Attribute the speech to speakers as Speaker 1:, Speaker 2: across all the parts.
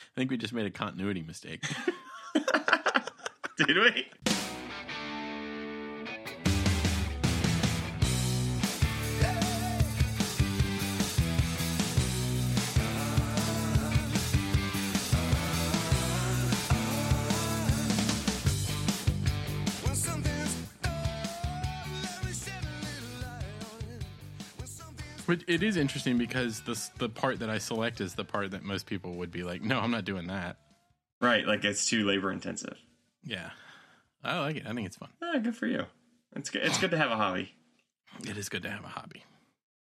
Speaker 1: I think we just made a continuity mistake.
Speaker 2: Did we?
Speaker 1: But it is interesting because this the part that I select is the part that most people would be like, "No, I'm not doing that."
Speaker 2: Right, like it's too labor intensive.
Speaker 1: Yeah, I like it. I think it's fun.
Speaker 2: Ah, good for you. It's good. It's good to have a hobby.
Speaker 1: It is good to have a hobby,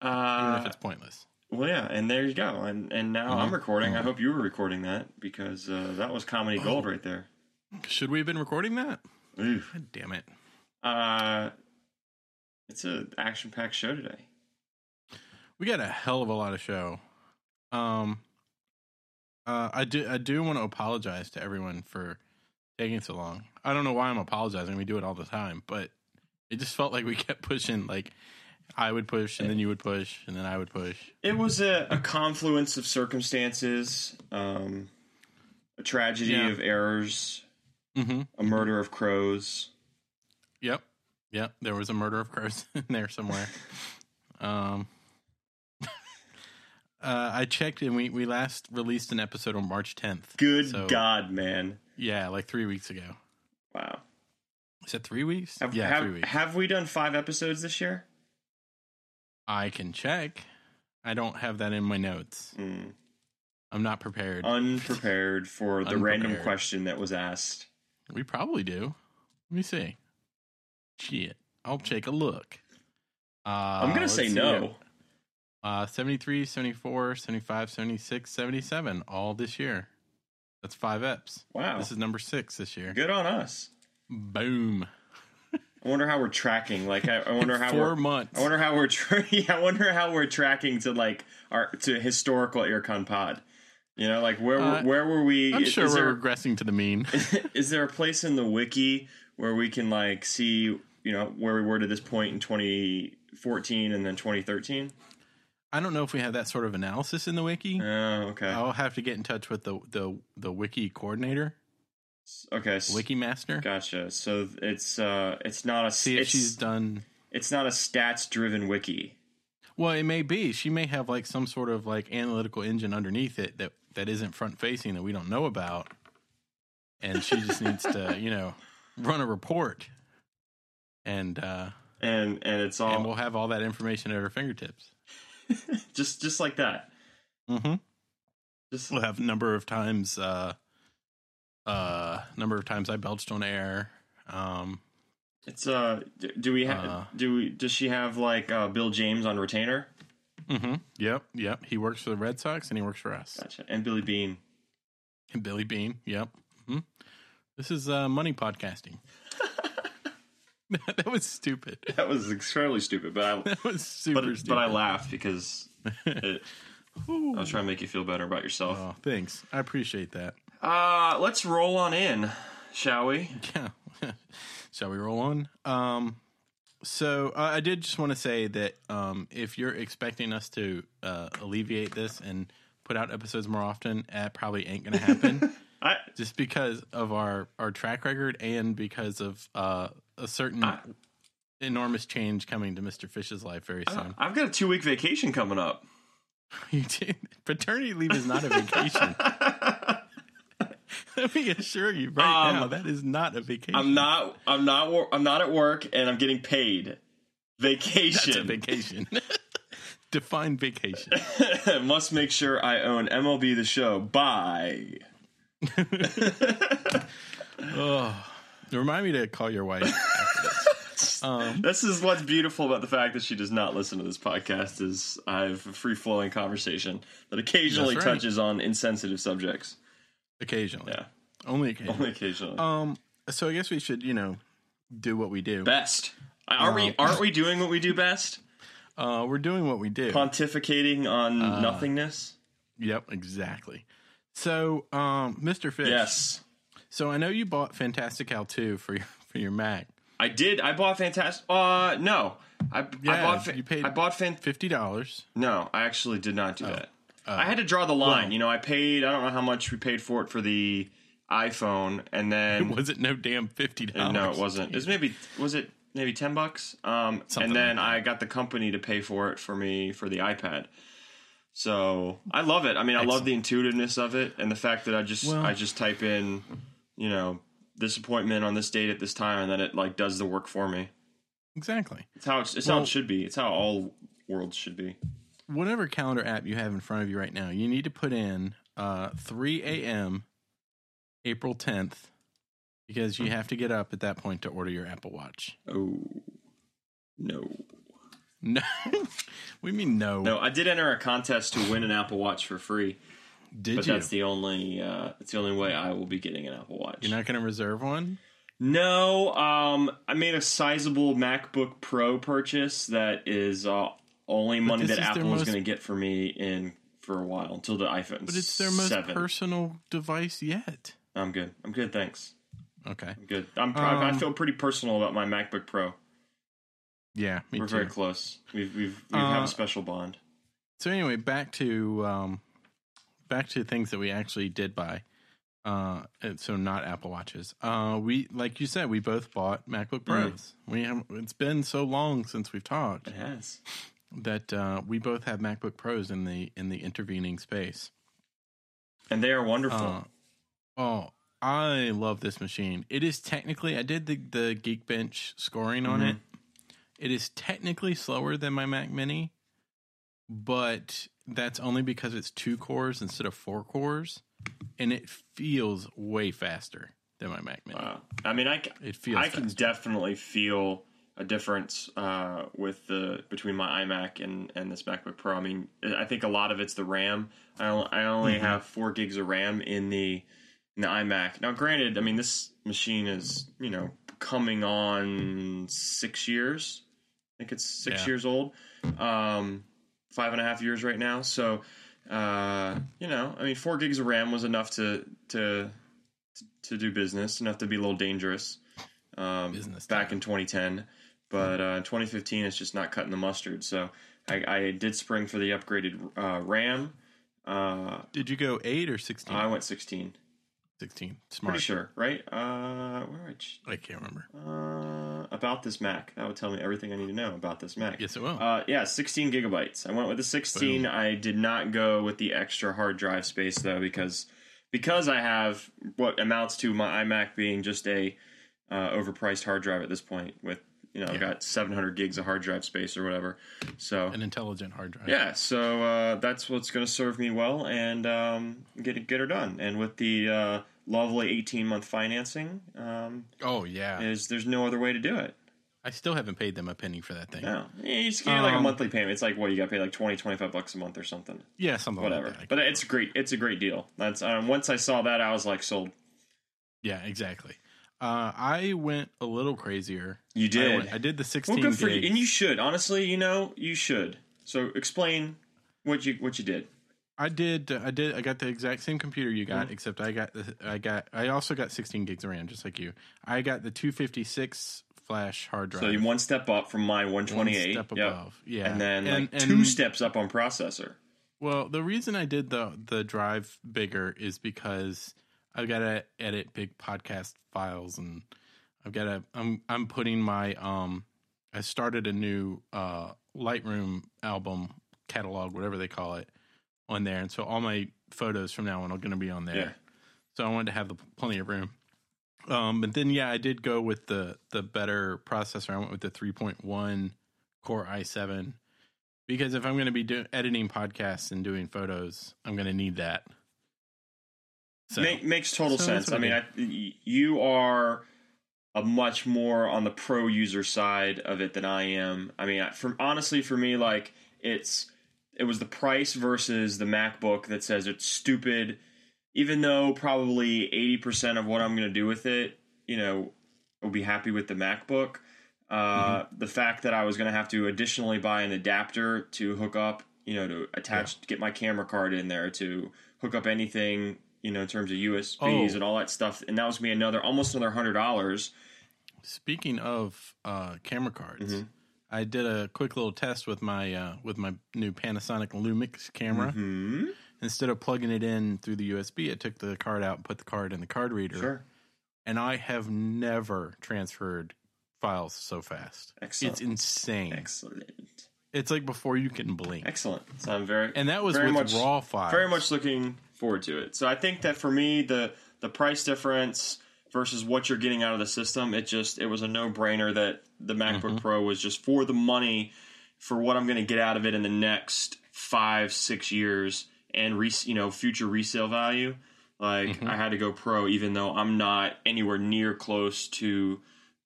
Speaker 1: even if
Speaker 2: Uh,
Speaker 1: it's pointless.
Speaker 2: well, yeah, and there you go. And and now I'm
Speaker 1: Mhm.
Speaker 2: recording. I hope you were recording that because uh, that was comedy
Speaker 1: Oh.
Speaker 2: gold right there.
Speaker 1: Should we have been recording that?
Speaker 2: Ooh.
Speaker 1: God damn it!
Speaker 2: Uh, it's an action packed show today.
Speaker 1: We got a hell of a lot of show. Um, uh, I do I do want to apologize to everyone for taking so long. I don't know why I'm apologizing. We do it all the time, but it just felt like we kept pushing. Like I would push, and then you would push, and then I would push.
Speaker 2: It was a, a confluence of circumstances, um, a tragedy
Speaker 1: Yeah.
Speaker 2: of errors,
Speaker 1: Mm-hmm.
Speaker 2: a murder of crows.
Speaker 1: Yep. Yep. There was a murder of crows in there somewhere. um, uh, I checked and we, we last released an episode on March 10th.
Speaker 2: Good
Speaker 1: So-
Speaker 2: God, man!
Speaker 1: Yeah, like three weeks ago.
Speaker 2: Wow.
Speaker 1: Is it three weeks?
Speaker 2: Have,
Speaker 1: yeah,
Speaker 2: have,
Speaker 1: three weeks.
Speaker 2: have we done five episodes this year?
Speaker 1: I can check. I don't have that in my notes.
Speaker 2: Mm.
Speaker 1: I'm not prepared.
Speaker 2: Uh, Unprepared for the random
Speaker 1: Unprepared.
Speaker 2: question that was asked.
Speaker 1: we probably do. Let me see. Shit. I'll take a look. Uh,
Speaker 2: I'm gonna
Speaker 1: let's
Speaker 2: say
Speaker 1: see.
Speaker 2: no.
Speaker 1: Uh, 73, 74, 75, 76, 77, all this year. That's five eps.
Speaker 2: Wow.
Speaker 1: This is number six this year.
Speaker 2: Good on us.
Speaker 1: Boom.
Speaker 2: I wonder how we're tracking. Like, I, I wonder how
Speaker 1: Four
Speaker 2: we're.
Speaker 1: months.
Speaker 2: I wonder how we're. Tra- yeah, I wonder how we're tracking to like our to historical Earcon Pod. You know, like where
Speaker 1: Uh,
Speaker 2: where were we?
Speaker 1: I'm
Speaker 2: is-
Speaker 1: sure
Speaker 2: is
Speaker 1: we're
Speaker 2: there,
Speaker 1: regressing to the mean.
Speaker 2: is there a place in the wiki where we can like see you know where we were to this point in 2014 and then 2013?
Speaker 1: I don't know if we have that sort of analysis in the wiki.
Speaker 2: Oh, okay,
Speaker 1: I'll have to get in touch with the the, the wiki coordinator,
Speaker 2: okay, s-
Speaker 1: wiki master,
Speaker 2: gotcha. So it's uh, it's not a s-
Speaker 1: see if
Speaker 2: it's,
Speaker 1: she's done.
Speaker 2: it's not a stats driven wiki.
Speaker 1: Well, it may be. She may have like some sort of like analytical engine underneath it that that isn't front facing that we don't know about, and she just needs to you know run a report, and uh,
Speaker 2: And and it's all
Speaker 1: and we'll have all that information at her fingertips.
Speaker 2: just just like that.
Speaker 1: Mm-hmm.
Speaker 2: Just
Speaker 1: We'll have number of times, uh, uh, number of times I belched on air. Um,
Speaker 2: It's uh, d- do we have?
Speaker 1: Uh.
Speaker 2: do we? Does she have like uh, Bill James on retainer?
Speaker 1: mhm. Yep, yep. He works for the Red Sox and he works for us.
Speaker 2: Gotcha. And Billy Bean.
Speaker 1: And Billy Bean. Yep. hmm This is uh, money podcasting. that was stupid.
Speaker 2: That was extremely stupid, but I
Speaker 1: That was super
Speaker 2: but
Speaker 1: stupid.
Speaker 2: but I laughed because it, I was trying to make you feel better about yourself.
Speaker 1: oh, thanks. I appreciate that.
Speaker 2: Uh, let's roll on in, shall we?
Speaker 1: Yeah. Shall we roll on? Um, so uh, I did just want to say that um, if you're expecting us to uh, alleviate this and put out episodes more often, that probably ain't going to happen.
Speaker 2: I
Speaker 1: just because of our, our track record and because of uh, a certain
Speaker 2: I-
Speaker 1: enormous change coming to Mr. Fish's life very soon.
Speaker 2: I've got a two week vacation coming up.
Speaker 1: You did- Paternity leave is not a vacation. Let me assure you right
Speaker 2: Um,
Speaker 1: now, that is not a vacation.
Speaker 2: I'm not. I'm not. wor- I'm not at work, and I'm getting paid.
Speaker 1: That's a
Speaker 2: Vacation.
Speaker 1: vacation. Define vacation.
Speaker 2: Must make sure I own MLB the Show. Bye.
Speaker 1: Oh, remind me to call your wife. um,
Speaker 2: This is what's beautiful about the fact that she does not listen to this podcast is I have a free flowing conversation that occasionally
Speaker 1: That's right.
Speaker 2: touches on insensitive subjects.
Speaker 1: occasionally,
Speaker 2: Yeah.
Speaker 1: only occasionally.
Speaker 2: Only occasionally.
Speaker 1: Um, so I guess we should, you know, do what we do.
Speaker 2: best. Are we aren't we doing what we do best?
Speaker 1: Uh, we're doing what we do.
Speaker 2: Pontificating on
Speaker 1: Uh,
Speaker 2: nothingness?
Speaker 1: Yep, exactly. So, um, Mr. Fish.
Speaker 2: Yes.
Speaker 1: So I know you bought Fantastical two for your for your Mac,
Speaker 2: I did. I bought Fantastic uh no. I, I
Speaker 1: Yeah,
Speaker 2: bought fa-
Speaker 1: you paid-
Speaker 2: I bought fan
Speaker 1: fifty dollars.
Speaker 2: No, I actually did not do that.
Speaker 1: Uh,
Speaker 2: I had to draw the line. you know, I paid. I don't know how much we paid for it for the iPhone, and then
Speaker 1: was it no damn fifty
Speaker 2: and
Speaker 1: dollars?
Speaker 2: Mm-hmm. no, it wasn't. It was maybe was it maybe ten bucks? Um,
Speaker 1: Something
Speaker 2: and then
Speaker 1: like
Speaker 2: I got the company to pay for it for me for the iPad. So I love it. I mean, I love the intuitiveness of it and the fact that I just
Speaker 1: Well-
Speaker 2: I just type in, you know, this appointment on this date at this time, and then it like does the work for me.
Speaker 1: Exactly.
Speaker 2: It's how it's, it's how
Speaker 1: Well-
Speaker 2: it should be. It's how all worlds should be.
Speaker 1: Whatever calendar app you have in front of you right now, you need to put in uh, three a.m. April tenth because
Speaker 2: Mm-hmm.
Speaker 1: you have to get up at that point to order your Apple Watch.
Speaker 2: Oh no.
Speaker 1: No, we mean no.
Speaker 2: No, I did enter a contest to win an Apple Watch for free,
Speaker 1: Did
Speaker 2: but
Speaker 1: you?
Speaker 2: that's the only uh, that's the only way I will be getting an Apple Watch.
Speaker 1: You're not going to reserve one.
Speaker 2: no, um, I made a sizable MacBook Pro purchase that is uh, only money
Speaker 1: this
Speaker 2: that
Speaker 1: is their
Speaker 2: Apple is
Speaker 1: most-
Speaker 2: going to get for me in for a while until the iPhone.
Speaker 1: But it's their most
Speaker 2: seven.
Speaker 1: personal device yet.
Speaker 2: I'm good. I'm good. Thanks.
Speaker 1: Okay.
Speaker 2: I'm good. I'm. I- I
Speaker 1: Um,
Speaker 2: feel pretty personal about my MacBook Pro.
Speaker 1: Yeah, me
Speaker 2: We're
Speaker 1: too.
Speaker 2: very close. We've we've we have
Speaker 1: Uh,
Speaker 2: a special bond.
Speaker 1: So anyway, back to um, back to things that we actually did buy. Uh, and so not Apple watches. Uh, we like you said, we both bought MacBook Pros. We have, it's been so long since we've talked
Speaker 2: It has.
Speaker 1: that uh, we both have MacBook Pros in the in the intervening space.
Speaker 2: And they are wonderful.
Speaker 1: Uh, oh, I love this machine. It is technically I did the the Geekbench scoring on
Speaker 2: Mhm.
Speaker 1: it. It is technically slower than my Mac Mini, but that's only because it's two cores instead of four cores, and it feels way faster than my Mac Mini.
Speaker 2: wow. I mean, I, c-
Speaker 1: It feels.
Speaker 2: I can
Speaker 1: faster.
Speaker 2: definitely feel a difference uh, with the between my iMac and and this MacBook Pro. I mean, I think a lot of it's the RAM. I only, I only
Speaker 1: Mhm.
Speaker 2: have four gigs of RAM in the in the iMac. Now, granted, I mean this machine is you know coming on six years. I think it's six
Speaker 1: Yeah.
Speaker 2: years old, um, five and a half years right now. So, uh, you know, I mean, four gigs of RAM was enough to to to do business, enough to be a little dangerous. Um,
Speaker 1: Business
Speaker 2: back
Speaker 1: time.
Speaker 2: in 2010, but uh, in 2015, it's just not cutting the mustard. So I, I did spring for the upgraded uh, RAM. Uh,
Speaker 1: Did you go eight or sixteen?
Speaker 2: I went 16.
Speaker 1: sixteen.
Speaker 2: Pretty
Speaker 1: Smart.
Speaker 2: sure, right? Uh, where did I ch-
Speaker 1: I can't remember.
Speaker 2: uh, about this Mac. That would tell me everything I need to know about this Mac.
Speaker 1: Yes, it will.
Speaker 2: Uh, yeah, 16 gigabytes. I went with the 16. I did not go with the extra hard drive space though, because because I have what amounts to my iMac being just a uh, overpriced hard drive at this point. With you know, I've
Speaker 1: Yeah.
Speaker 2: got 700 gigs of hard drive space or whatever. So
Speaker 1: An intelligent hard drive.
Speaker 2: yeah, so uh, that's what's going to serve me well and um, get it, get her done. And with the uh, lovely 18 month financing, um,
Speaker 1: Oh yeah.
Speaker 2: is there's no other way to do it.
Speaker 1: I still haven't paid them a penny for that thing. Yeah,
Speaker 2: No, Eh, you just get like a
Speaker 1: Um,
Speaker 2: monthly payment. It's like what you got to pay like 20, 25 bucks a month or something.
Speaker 1: something
Speaker 2: Whatever.
Speaker 1: like that.
Speaker 2: But it's great. It's a great deal. That's um, once I saw that, I was like sold.
Speaker 1: Yeah, exactly. Uh, I went a little crazier.
Speaker 2: You
Speaker 1: I, went- I did the
Speaker 2: well,
Speaker 1: sixteen.
Speaker 2: good for you.
Speaker 1: gigs.
Speaker 2: And you should honestly. You know, you should. So explain what you what you did.
Speaker 1: I did. uh, I did. I got the exact same computer you got,
Speaker 2: Mhm.
Speaker 1: except I got. The, I got. I also got 16 gigs of RAM, just like you. I got the 256 flash hard drive.
Speaker 2: So you one step up from my
Speaker 1: one
Speaker 2: 128.
Speaker 1: step
Speaker 2: Yep.
Speaker 1: above. Yeah,
Speaker 2: and then like
Speaker 1: and-
Speaker 2: two steps up on processor.
Speaker 1: Well, the reason I did the the drive bigger is because I've got to edit big podcast files, and I've got to. I'm I'm putting my um. I started a new uh Lightroom album catalog, whatever they call it, on there, and so all my photos from now on are going to be on there.
Speaker 2: Yeah.
Speaker 1: So I wanted to have the, plenty of room. Um, but then yeah, I did go with the the better processor. I went with the 3.1 Core i7 because if I'm going to be do- editing podcasts and doing photos, I'm going to need that. So
Speaker 2: Make, makes total
Speaker 1: so that's
Speaker 2: sense. I
Speaker 1: what
Speaker 2: mean,
Speaker 1: I
Speaker 2: I, y- you are a much more on the pro user side of it than I am. I mean, I- from honestly, for me, like it's it was the price versus the MacBook that says it's stupid. Even though probably eighty percent of what I'm going to do with it, you know, will be happy with the MacBook. Uh,
Speaker 1: Mm-hmm.
Speaker 2: The fact that I was going to have to additionally buy an adapter to hook up, you know, to attach, get my camera card in there to hook up anything, you know, in terms of USBs
Speaker 1: Oh.
Speaker 2: and all that stuff, and that was me another almost another hundred dollars. Mm-hmm.
Speaker 1: speaking of uh, camera cards, I did a quick little test with my uh, with my new Panasonic Lumix camera.
Speaker 2: Mhm.
Speaker 1: Instead of plugging it in through the USB, I took the card out and put the card in the card reader.
Speaker 2: Sure.
Speaker 1: And I have never transferred files so fast.
Speaker 2: Excellent.
Speaker 1: It's insane.
Speaker 2: Excellent.
Speaker 1: It's like before you can blink.
Speaker 2: Excellent. So I'm very
Speaker 1: And that was
Speaker 2: very
Speaker 1: with
Speaker 2: much-
Speaker 1: raw files.
Speaker 2: very much looking forward to it. So I think that for me the the price difference versus what you're getting out of the system, it just it was a no brainer that the MacBook Pro was just for the money for what I'm going to get out of it in the next five six years and re- you know future resale value. Like I had to go pro, even though I'm not anywhere near close to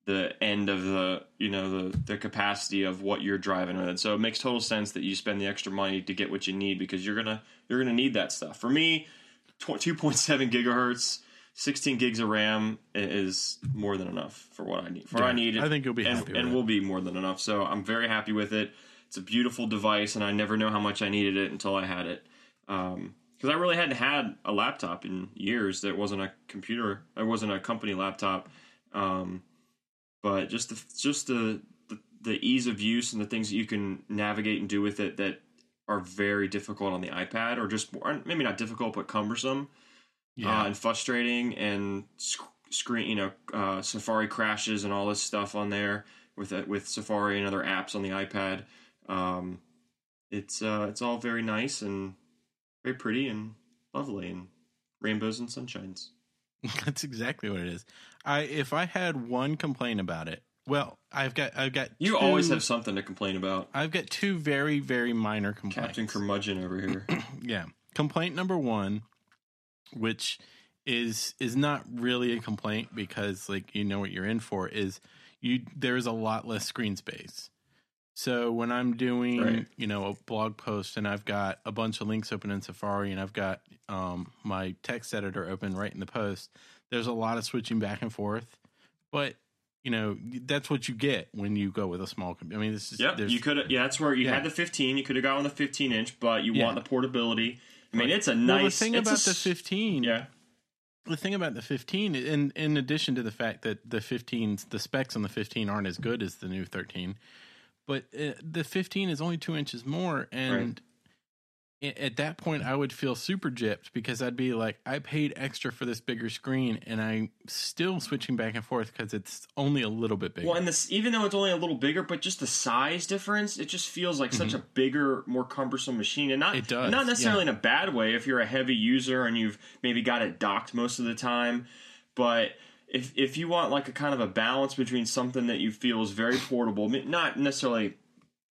Speaker 2: the end of the you know the the capacity of what you're driving with. And so it makes total sense that you spend the extra money to get what you need because you're gonna you're gonna need that stuff. For me, tw- two point seven gigahertz, sixteen gigs of RAM i- is more than enough for what I need. For what I
Speaker 1: Yeah,
Speaker 2: need,
Speaker 1: I think you'll be
Speaker 2: and,
Speaker 1: happy with
Speaker 2: and
Speaker 1: it.
Speaker 2: will be more than enough. So I'm very happy with it. It's a beautiful device, and I never know how much I needed it until I had it. Because I really hadn't had a laptop in years that wasn't a computer, it wasn't a company laptop. Um, but just the just the, the the ease of use and the things that you can navigate and do with it that are very difficult on the iPad or just or maybe not difficult but cumbersome uh, and frustrating and sc- screen you know uh, Safari crashes and all this stuff on there with uh, with Safari and other apps on the iPad. Um, it's uh, it's all very nice and very pretty and lovely and rainbows and sunshines.
Speaker 1: That's exactly what it is. I if I had one complaint about it, well, I've got I've got
Speaker 2: You
Speaker 1: two-
Speaker 2: always have something to complain about,
Speaker 1: I've got two very very minor complaints.
Speaker 2: Captain Curmudgeon over here.
Speaker 1: yeah, complaint number one, which is is not really a complaint because like you know what you're in for is you there's a lot less screen space. So when I'm doing
Speaker 2: Right.
Speaker 1: you know a blog post and I've got a bunch of links open in Safari and I've got um, my text editor open right in the post, there's a lot of switching back and forth, but you know that's what you get when you go with a small. com- I mean, this is
Speaker 2: Yep,
Speaker 1: there's-
Speaker 2: you could. Yeah, that's where you
Speaker 1: Yeah.
Speaker 2: had the 15. You could have gone with the 15 inch, but you
Speaker 1: Yeah.
Speaker 2: want the portability. I mean, it's a nice.
Speaker 1: well, the thing
Speaker 2: it's a
Speaker 1: about the
Speaker 2: s-
Speaker 1: 15
Speaker 2: Yeah,
Speaker 1: the thing about the 15 in in addition to the fact that the 15 the specs on the 15 aren't as good as the new 13 but uh, the 15 is only two inches more and a- at that point i would feel super gypped because i'd be like i paid extra for this bigger screen and i'm still switching back and forth because it's only a little bit bigger
Speaker 2: Well, and this, even though it's only a little bigger, but just the size difference, it just feels like such a bigger, more cumbersome machine, and not
Speaker 1: Mm-hmm. It does,
Speaker 2: not necessarily in a bad way if you're a heavy user and you've maybe got it docked most of the time, but. If, if you want like a kind of a balance between something that you feel is very portable, I mean, not necessarily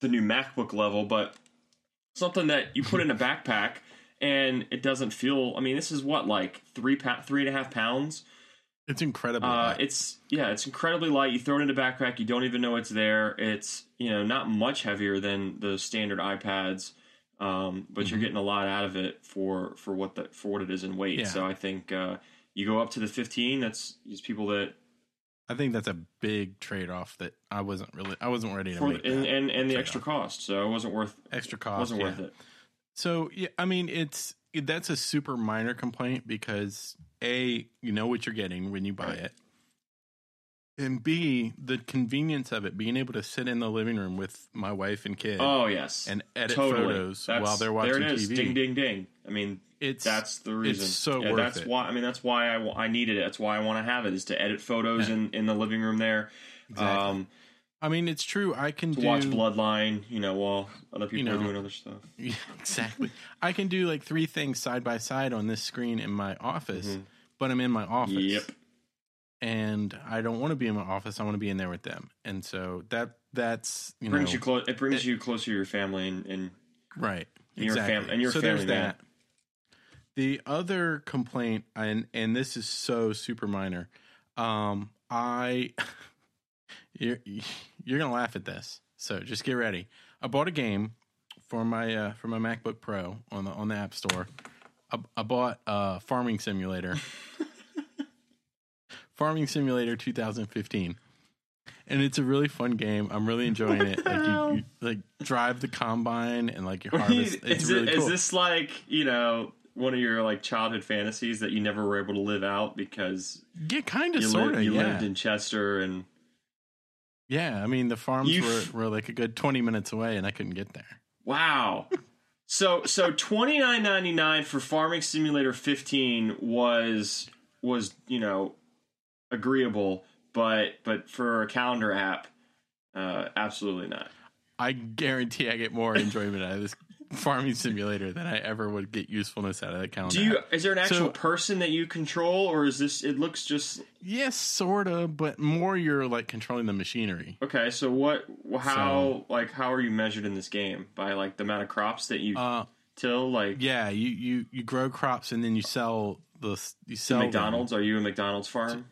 Speaker 2: the new MacBook level, but something that you put in a backpack and it doesn't feel. I mean, this is what like three pa- three and a half pounds.
Speaker 1: it's incredible
Speaker 2: Uh, it's yeah, it's incredibly light. You throw it in a backpack, you don't even know it's there. It's you know not much heavier than the standard iPads, um, but
Speaker 1: Mm-hmm.
Speaker 2: you're getting a lot out of it for for what the for what it is in weight.
Speaker 1: Yeah.
Speaker 2: So I think uh, you go up to the 15. That's these people that
Speaker 1: i think that's a big trade-off that i wasn't really i wasn't ready to
Speaker 2: for,
Speaker 1: make that
Speaker 2: and, and and the
Speaker 1: trade-off.
Speaker 2: extra cost. So it wasn't worth
Speaker 1: extra cost
Speaker 2: wasn't
Speaker 1: yeah.
Speaker 2: worth it.
Speaker 1: So yeah, I mean it's that's a super minor complaint because a you know what you're getting when you buy
Speaker 2: Right.
Speaker 1: it, and b the convenience of it being able to sit in the living room with my wife and kid
Speaker 2: Oh yes,
Speaker 1: and edit
Speaker 2: totally.
Speaker 1: photos
Speaker 2: That's-
Speaker 1: while they're watching
Speaker 2: there it is.
Speaker 1: TV.
Speaker 2: Ding ding ding. I mean,
Speaker 1: It's
Speaker 2: That's the reason.
Speaker 1: so
Speaker 2: yeah,
Speaker 1: worth
Speaker 2: that's
Speaker 1: it.
Speaker 2: why I mean that's why I, wa- I needed it. That's why I want to have it is to edit photos
Speaker 1: Yeah.
Speaker 2: in, in the living room there,
Speaker 1: Exactly.
Speaker 2: um,
Speaker 1: I mean it's true. I can
Speaker 2: to
Speaker 1: do
Speaker 2: watch Bloodline. You know, while other people
Speaker 1: know.
Speaker 2: are doing other stuff.
Speaker 1: Yeah, exactly. I can do like three things side by side on this screen in my office,
Speaker 2: Mhm.
Speaker 1: but I'm in my office.
Speaker 2: Yep.
Speaker 1: And I don't want to be in my office. I want to be in there with them. And so that that's you
Speaker 2: brings
Speaker 1: know
Speaker 2: you close. It brings you closer to your family and, and
Speaker 1: Right.
Speaker 2: And your fam- and your
Speaker 1: so there's
Speaker 2: family, yeah.
Speaker 1: that. The other complaint, and and this is so super minor. Um, I you're you're gonna laugh at this, so just get ready. I bought a game for my uh, for my MacBook Pro on the on the App Store. I, I bought uh, Farming Simulator, Farming Simulator 2015, and it's a really fun game. I'm really enjoying it.
Speaker 2: the
Speaker 1: Like you,
Speaker 2: hell?
Speaker 1: you like drive the combine and like your harvest. It's
Speaker 2: is, it-
Speaker 1: really
Speaker 2: is
Speaker 1: cool.
Speaker 2: this like you know one of your like childhood fantasies that you never were able to live out because
Speaker 1: yeah, kind of
Speaker 2: you,
Speaker 1: sort
Speaker 2: lived,
Speaker 1: of.
Speaker 2: you
Speaker 1: Yeah,
Speaker 2: lived in Chester and
Speaker 1: Yeah, I mean the farms
Speaker 2: You-
Speaker 1: were, were like a good twenty minutes away, and I couldn't get there.
Speaker 2: Wow. so so twenty nine ninety nine for Farming Simulator fifteen was was you know agreeable, but but for a calendar app, uh, absolutely not.
Speaker 1: I guarantee I get more enjoyment out of this farming simulator than I ever would get usefulness out of that calendar.
Speaker 2: Do you?
Speaker 1: app.
Speaker 2: Is there an actual
Speaker 1: So-
Speaker 2: person that you control, or is this? It looks just
Speaker 1: Yes, sort of, but more you're like controlling the machinery.
Speaker 2: okay. So what? How like how are you measured in this game by like the amount of crops that you
Speaker 1: Uh,
Speaker 2: till? Like
Speaker 1: yeah, you, you you grow crops and then you sell the you
Speaker 2: to
Speaker 1: sell them.
Speaker 2: McDonald's? Are you a McDonald's farm?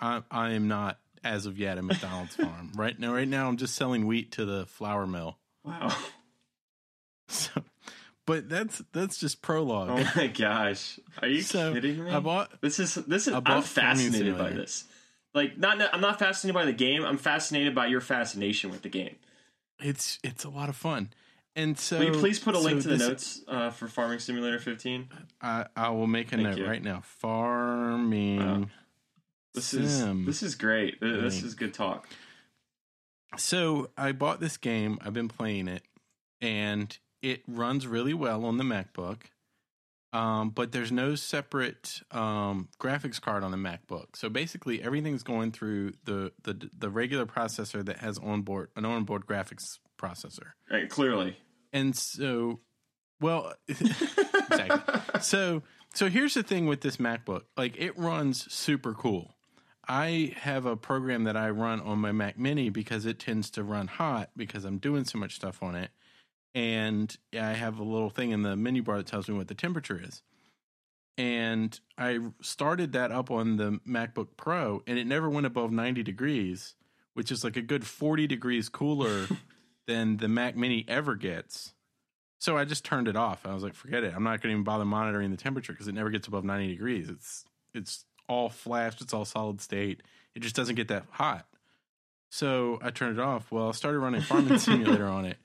Speaker 1: I, I am not as of yet a McDonald's farm right now. Right now, I'm just selling wheat to the flour mill.
Speaker 2: Wow.
Speaker 1: So, but that's that's just prologue.
Speaker 2: Oh my gosh. Are you
Speaker 1: So,
Speaker 2: kidding me?
Speaker 1: I bought
Speaker 2: This is this is
Speaker 1: I
Speaker 2: I'm
Speaker 1: bought Farming
Speaker 2: fascinated by
Speaker 1: Simulator.
Speaker 2: this. Like not I'm not fascinated by the game. I'm fascinated by your fascination with the game.
Speaker 1: it's it's a lot of fun. And so,
Speaker 2: Will you please put a link
Speaker 1: so
Speaker 2: to the
Speaker 1: this-
Speaker 2: notes uh, for Farming Simulator 15?
Speaker 1: I, I will make a
Speaker 2: Thank
Speaker 1: note
Speaker 2: you. Uh-huh.
Speaker 1: right now. Farming.
Speaker 2: Wow. This is
Speaker 1: sim.
Speaker 2: this is great. Th- This
Speaker 1: Link.
Speaker 2: is good talk.
Speaker 1: So I bought this game. I've been playing it, and it runs really well on the MacBook. Um, but there's no separate um, graphics card on the MacBook, so basically everything's going through the the the regular processor that has onboard an onboard graphics processor.
Speaker 2: Right, clearly.
Speaker 1: And so, well, Exactly. so so here's the thing with this MacBook. Like it runs super cool. I have a program that I run on my Mac Mini because it tends to run hot because I'm doing so much stuff on it. And I have a little thing in the menu bar that tells me what the temperature is. And I started that up on the MacBook Pro and it never went above 90 degrees, which is like a good 40 degrees cooler than the Mac Mini ever gets. So I just turned it off. I was like, forget it. I'm not going to even bother monitoring the temperature because it never gets above 90 degrees. It's it's all flash. It's all solid state. It just doesn't get that hot. So I turned it off. Well, I started running Farming Simulator on it,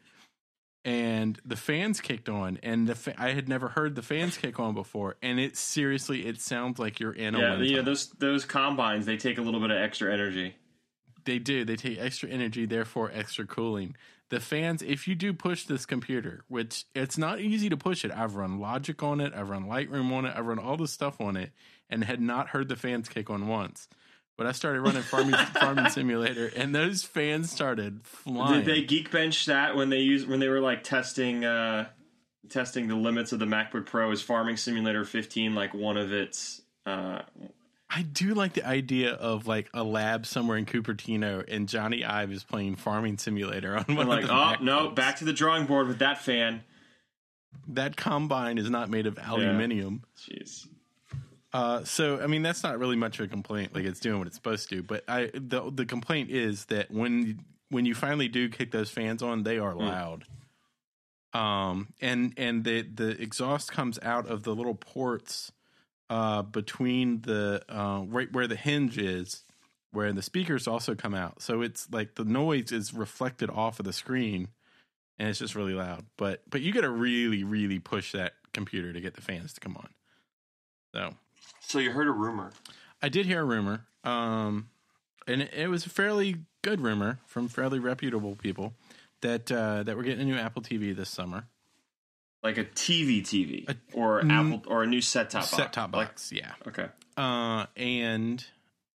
Speaker 1: and the fans kicked on. And the fa- I had never heard the fans kick on before. And it seriously, it sounds like you're in a
Speaker 2: yeah,
Speaker 1: wind
Speaker 2: you know
Speaker 1: tunnel.
Speaker 2: those those combines, they take a little bit of extra energy.
Speaker 1: They do. They take extra energy, therefore extra cooling. The fans, if you do push this computer, which it's not easy to push it. I've run Logic on it, I've run Lightroom on it, I've run all this stuff on it, and had not heard the fans kick on once. But I started running Farming, farming Simulator, and those fans started flying.
Speaker 2: Did they geekbench that when they use when they were like testing uh testing the limits of the MacBook Pro is Farming Simulator 15 like one of its uh
Speaker 1: I do like the idea of like a lab somewhere in Cupertino, and Johnny Ive is playing Farming Simulator on one
Speaker 2: I'm like,
Speaker 1: of
Speaker 2: oh
Speaker 1: the Mac
Speaker 2: no,
Speaker 1: books.
Speaker 2: back to the drawing board with that fan.
Speaker 1: that combine is not made of aluminium.
Speaker 2: Jeez.
Speaker 1: Uh, so I mean that's not really much of a complaint. Like it's doing what it's supposed to. But I the the complaint is that when when you finally do kick those fans on, they are loud. Um and and the the exhaust comes out of the little ports uh between the uh right where the hinge is where the speakers also come out. So it's like the noise is reflected off of the screen and it's just really loud. But but you got to really really push that computer to get the fans to come on. So
Speaker 2: So you heard a rumor.
Speaker 1: I did hear a rumor, um, and it, it was a fairly good rumor from fairly reputable people that uh, that we're getting a new Apple TV this summer,
Speaker 2: Like a TV TV
Speaker 1: A-
Speaker 2: or
Speaker 1: mm,
Speaker 2: Apple or a new set top box.
Speaker 1: set top
Speaker 2: Like-
Speaker 1: box, yeah.
Speaker 2: okay.
Speaker 1: Uh, and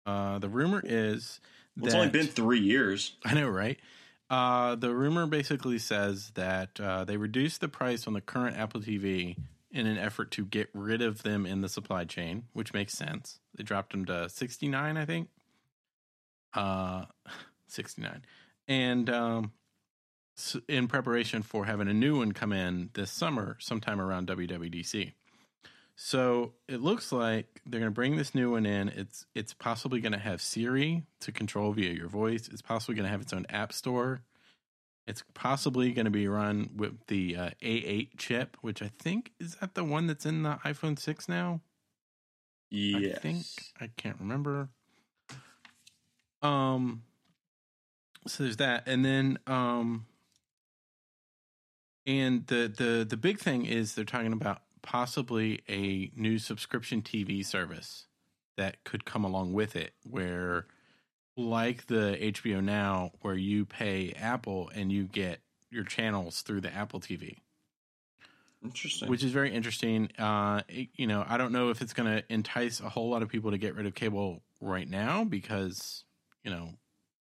Speaker 1: uh, the rumor is
Speaker 2: Well, it's only
Speaker 1: that-
Speaker 2: been 3 years.
Speaker 1: I know, right? Uh, the rumor basically says that uh, they reduced the price on the current Apple TV in an effort to get rid of them in the supply chain, which makes sense. They dropped them to 69, I think. Uh, 69. And um, s- in preparation for having a new one come in this summer, sometime around WWDC. So it looks like they're going to bring this new one in. It's it's possibly going to have Siri to control via your voice. It's possibly going to have its own app store. It's possibly going to be run with the uh, A8 chip, which I think is that the one that's in the iPhone 6 now.
Speaker 2: Yeah.
Speaker 1: I think I can't remember. Um so there's that and then um and the the the big thing is they're talking about possibly a new subscription TV service that could come along with it where like the HBO Now where you pay Apple and you get your channels through the Apple TV,
Speaker 2: Interesting.
Speaker 1: which is very interesting. Uh, it- you know, I don't know if it's going to entice a whole lot of people to get rid of cable right now because you know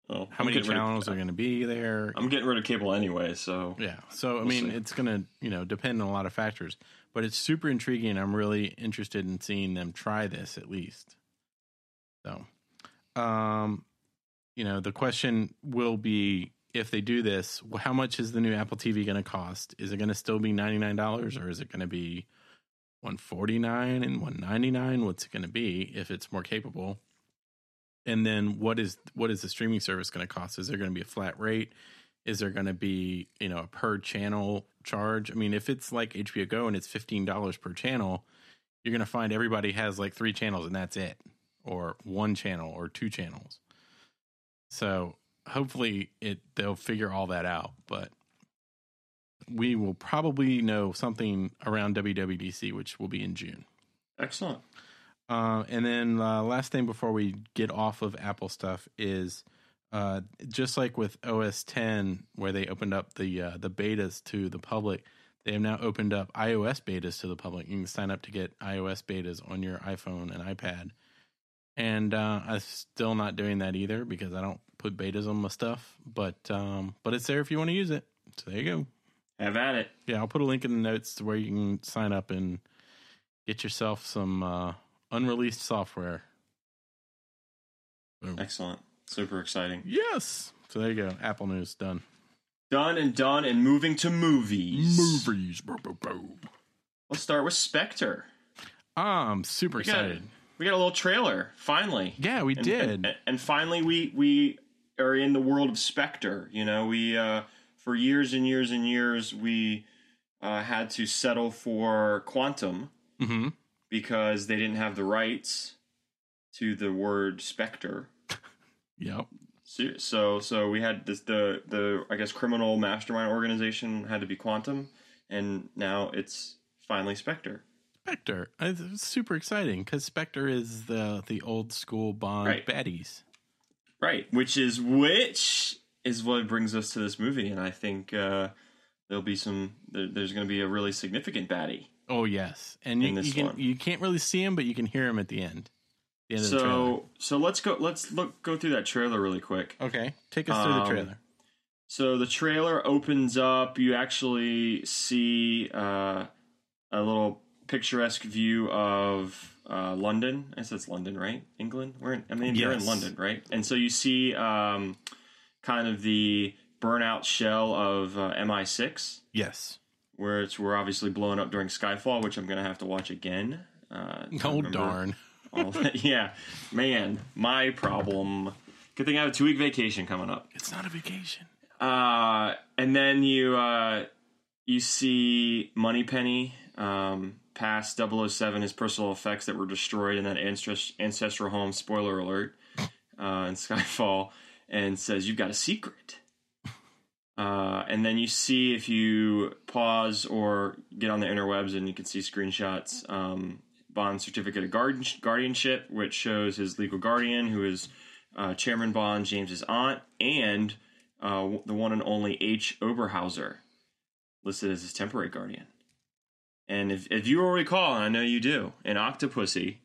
Speaker 2: Oh,
Speaker 1: how
Speaker 2: I'm
Speaker 1: many
Speaker 2: getting rid of-
Speaker 1: channels are going to be there.
Speaker 2: I'm getting rid of cable anyway, so
Speaker 1: Yeah. So I
Speaker 2: We'll
Speaker 1: mean,
Speaker 2: see.
Speaker 1: it's gonna you know depend on a lot of factors, but it's super intriguing. I'm really interested in seeing them try this at least. So, um, you know, the question will be if they do this, wh- how much is the new Apple TV going to cost? Is it going to still be ninety nine dollars, or is it going to be one forty nine and one ninety nine? What's it going to be if it's more capable? And then what is what is the streaming service going to cost? Is there going to be a flat rate? is there going to be you know a per channel charge i mean if it's like hbo go and it's $15 per channel you're going to find everybody has like three channels and that's it or one channel or two channels so hopefully it they'll figure all that out but we will probably know something around wwdc which will be in june
Speaker 2: excellent.
Speaker 1: uh, and then uh, last thing before we get off of Apple stuff is uh, just like with OS 10, where they opened up the uh, the betas to the public, they have now opened up iOS betas to the public. You can sign up to get iOS betas on your iPhone and iPad. And uh, I'm still not doing that either because I don't put betas on my stuff. But um, but it's there if you want to use it. So there you go.
Speaker 2: Have at it.
Speaker 1: Yeah, I'll put a link in the notes to where you can sign up and get yourself some uh, unreleased software. Boom.
Speaker 2: Excellent. Super exciting.
Speaker 1: Yes. So there you go. Apple News done.
Speaker 2: Done and done and moving to movies.
Speaker 1: Boom, boom, boom.
Speaker 2: Let's start with Spectre.
Speaker 1: I'm super
Speaker 2: We got-
Speaker 1: excited.
Speaker 2: We got a little trailer finally.
Speaker 1: Yeah, we
Speaker 2: and,
Speaker 1: did.
Speaker 2: And, and finally, we we are in the world of Spectre. You know, we uh, for years and years and years we uh, had to settle for Quantum
Speaker 1: hmm
Speaker 2: because they didn't have the rights to the word Spectre.
Speaker 1: Yep.
Speaker 2: So so, so we had this the the I guess criminal mastermind organization had to be Quantum, and now it's finally Spectre.
Speaker 1: Spectre. It's it's super exciting because Spectre is the the old school Bond
Speaker 2: Right.
Speaker 1: baddies.
Speaker 2: Right. Which is which is what brings us to this movie, and I think uh, there'll be some. There, there's going to be a really significant baddie.
Speaker 1: Oh yes, and you,
Speaker 2: In this
Speaker 1: you can
Speaker 2: one.
Speaker 1: you can't really see him, but you can hear him at the end. The end of the trailer.
Speaker 2: So so let's go. Let's look go through that trailer really quick.
Speaker 1: Okay, take us through the
Speaker 2: Um,
Speaker 1: trailer.
Speaker 2: So the trailer opens up. You actually see uh, a little picturesque view of uh, London. I guess that's London, right? England. We're in, I mean, you're in
Speaker 1: Yes.
Speaker 2: London, right? And so you see um, kind of the burnout shell of uh, MI6,
Speaker 1: Yes.
Speaker 2: where it's we're obviously blown up during Skyfall, which I'm gonna have to watch again. Uh, to
Speaker 1: Oh
Speaker 2: remember
Speaker 1: darn.
Speaker 2: all that. yeah, man, my problem. Good thing I have a two week vacation coming up.
Speaker 1: It's not a vacation.
Speaker 2: Uh, and then you uh, you see Moneypenny um, pass 007 his personal effects that were destroyed in that ancest- ancestral home. Spoiler alert! Uh, in Skyfall, and says you've got a secret. Uh, and then you see if you pause or get on the interwebs, and you can see screenshots. Um, Bond's certificate of guardian- guardianship, which shows his legal guardian, who is uh, Chairman Bond, James's aunt, and uh, w- the one and only H. Oberhauser, listed as his temporary guardian. And if, if you will recall, and I know you do, in Octopussy,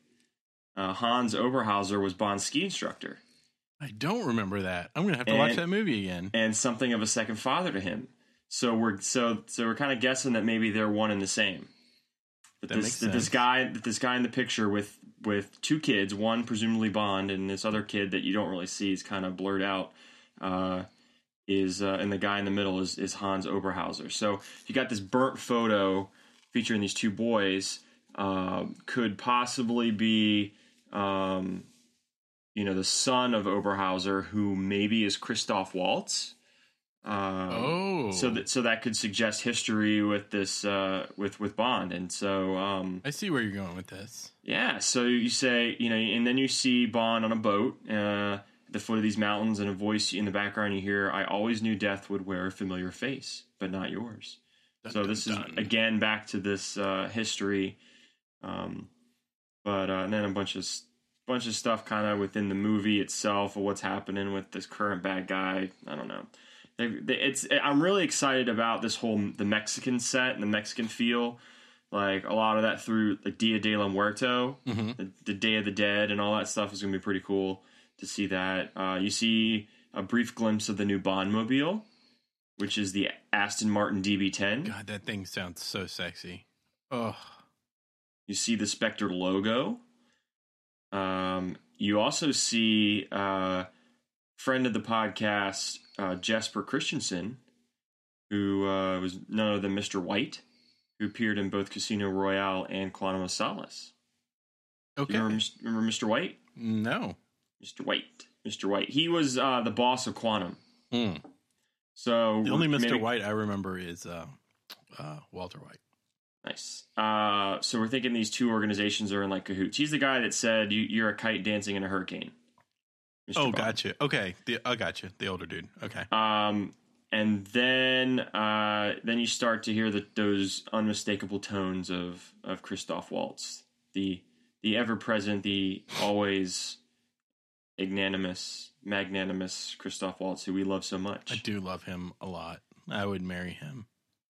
Speaker 2: uh, Hans Oberhauser was Bond's ski instructor
Speaker 1: I don't remember that. I'm gonna have to watch
Speaker 2: And-
Speaker 1: that movie again.
Speaker 2: and something of a second father to him. So we're so so we're kind of guessing that maybe they're one and the same. That,
Speaker 1: That
Speaker 2: this
Speaker 1: makes
Speaker 2: that this
Speaker 1: sense.
Speaker 2: guy that this guy in the picture with with two kids, one presumably Bond, and this other kid that you don't really see is kind of blurred out. Uh, is uh, and the guy in the middle is is Hans Oberhauser. So you got this burnt photo featuring these two boys. Um, could possibly be. Um, you know, the son of Oberhauser, who maybe is Christoph Waltz. Um,
Speaker 1: oh,
Speaker 2: so that so that could suggest history with this uh, with with Bond, and so um,
Speaker 1: I see where you're going with this.
Speaker 2: yeah. So you say you know, and then you see Bond on a boat uh, at the foot of these mountains, and a voice in the background you hear, "I always knew death would wear a familiar face, but not yours."
Speaker 1: Dun,
Speaker 2: so
Speaker 1: dun,
Speaker 2: this
Speaker 1: dun.
Speaker 2: is again back to this uh, history, um, but uh, and then a bunch of s- bunch of stuff kind of within the movie itself of what's happening with this current bad guy. I don't know. They, they, it's I'm really excited about this whole the Mexican set and the Mexican feel. Like a lot of that through like Dia de la Muerto,
Speaker 1: Mm-hmm.
Speaker 2: the, the Day of the Dead, and all that stuff is gonna be pretty cool to see that. Uh, you see a brief glimpse of the new Bondmobile, which is the Aston Martin DB10.
Speaker 1: God, that thing sounds so sexy. Oh,
Speaker 2: You see the Spectre logo. Um, you also see uh, friend of the podcast uh, Jasper Christensen, who uh, was none other than Mr. White, who appeared in both Casino Royale and Quantum of Solace. Do
Speaker 1: okay.
Speaker 2: you remember, Mis- remember Mr. White?
Speaker 1: No.
Speaker 2: Mr. White. Mr. White. He was uh, the boss of Quantum.
Speaker 1: Hmm.
Speaker 2: So
Speaker 1: The only Mr.
Speaker 2: maybe-
Speaker 1: White I remember is uh, uh, Walter White.
Speaker 2: Nice. Uh, so we're thinking these two organizations are in like cahoots. He's the guy that said you, you're a kite dancing in a hurricane. Mr.
Speaker 1: Oh,
Speaker 2: Bob.
Speaker 1: gotcha. Okay, the I gotcha. The older dude. Okay.
Speaker 2: Um, and then uh, then you start to hear the, those unmistakable tones of of Christoph Waltz, the the ever present, the always magnanimous, magnanimous Christoph Waltz, who we love so much.
Speaker 1: I do love him a lot. I would marry him.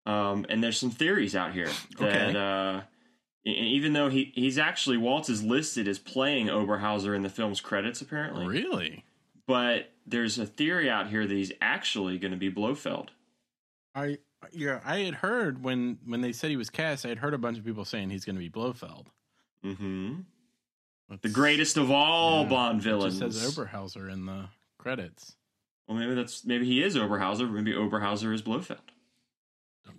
Speaker 2: Um, and there's some theories out here that,
Speaker 1: Okay.
Speaker 2: uh, e- and even though he, he's actually Waltz is listed as playing Oberhauser in the film's credits, apparently.
Speaker 1: Really?
Speaker 2: But there's a theory out here that he's actually going to be Blofeld.
Speaker 1: I yeah. I had heard when when they said he was cast. I had heard a bunch of people saying he's going to be Blofeld.
Speaker 2: hmm
Speaker 1: That's-
Speaker 2: The greatest of all
Speaker 1: Yeah.
Speaker 2: Bond
Speaker 1: it
Speaker 2: villains.
Speaker 1: just says Oberhauser in the credits.
Speaker 2: Well, maybe that's maybe he is Oberhauser. Maybe Oberhauser is Blofeld.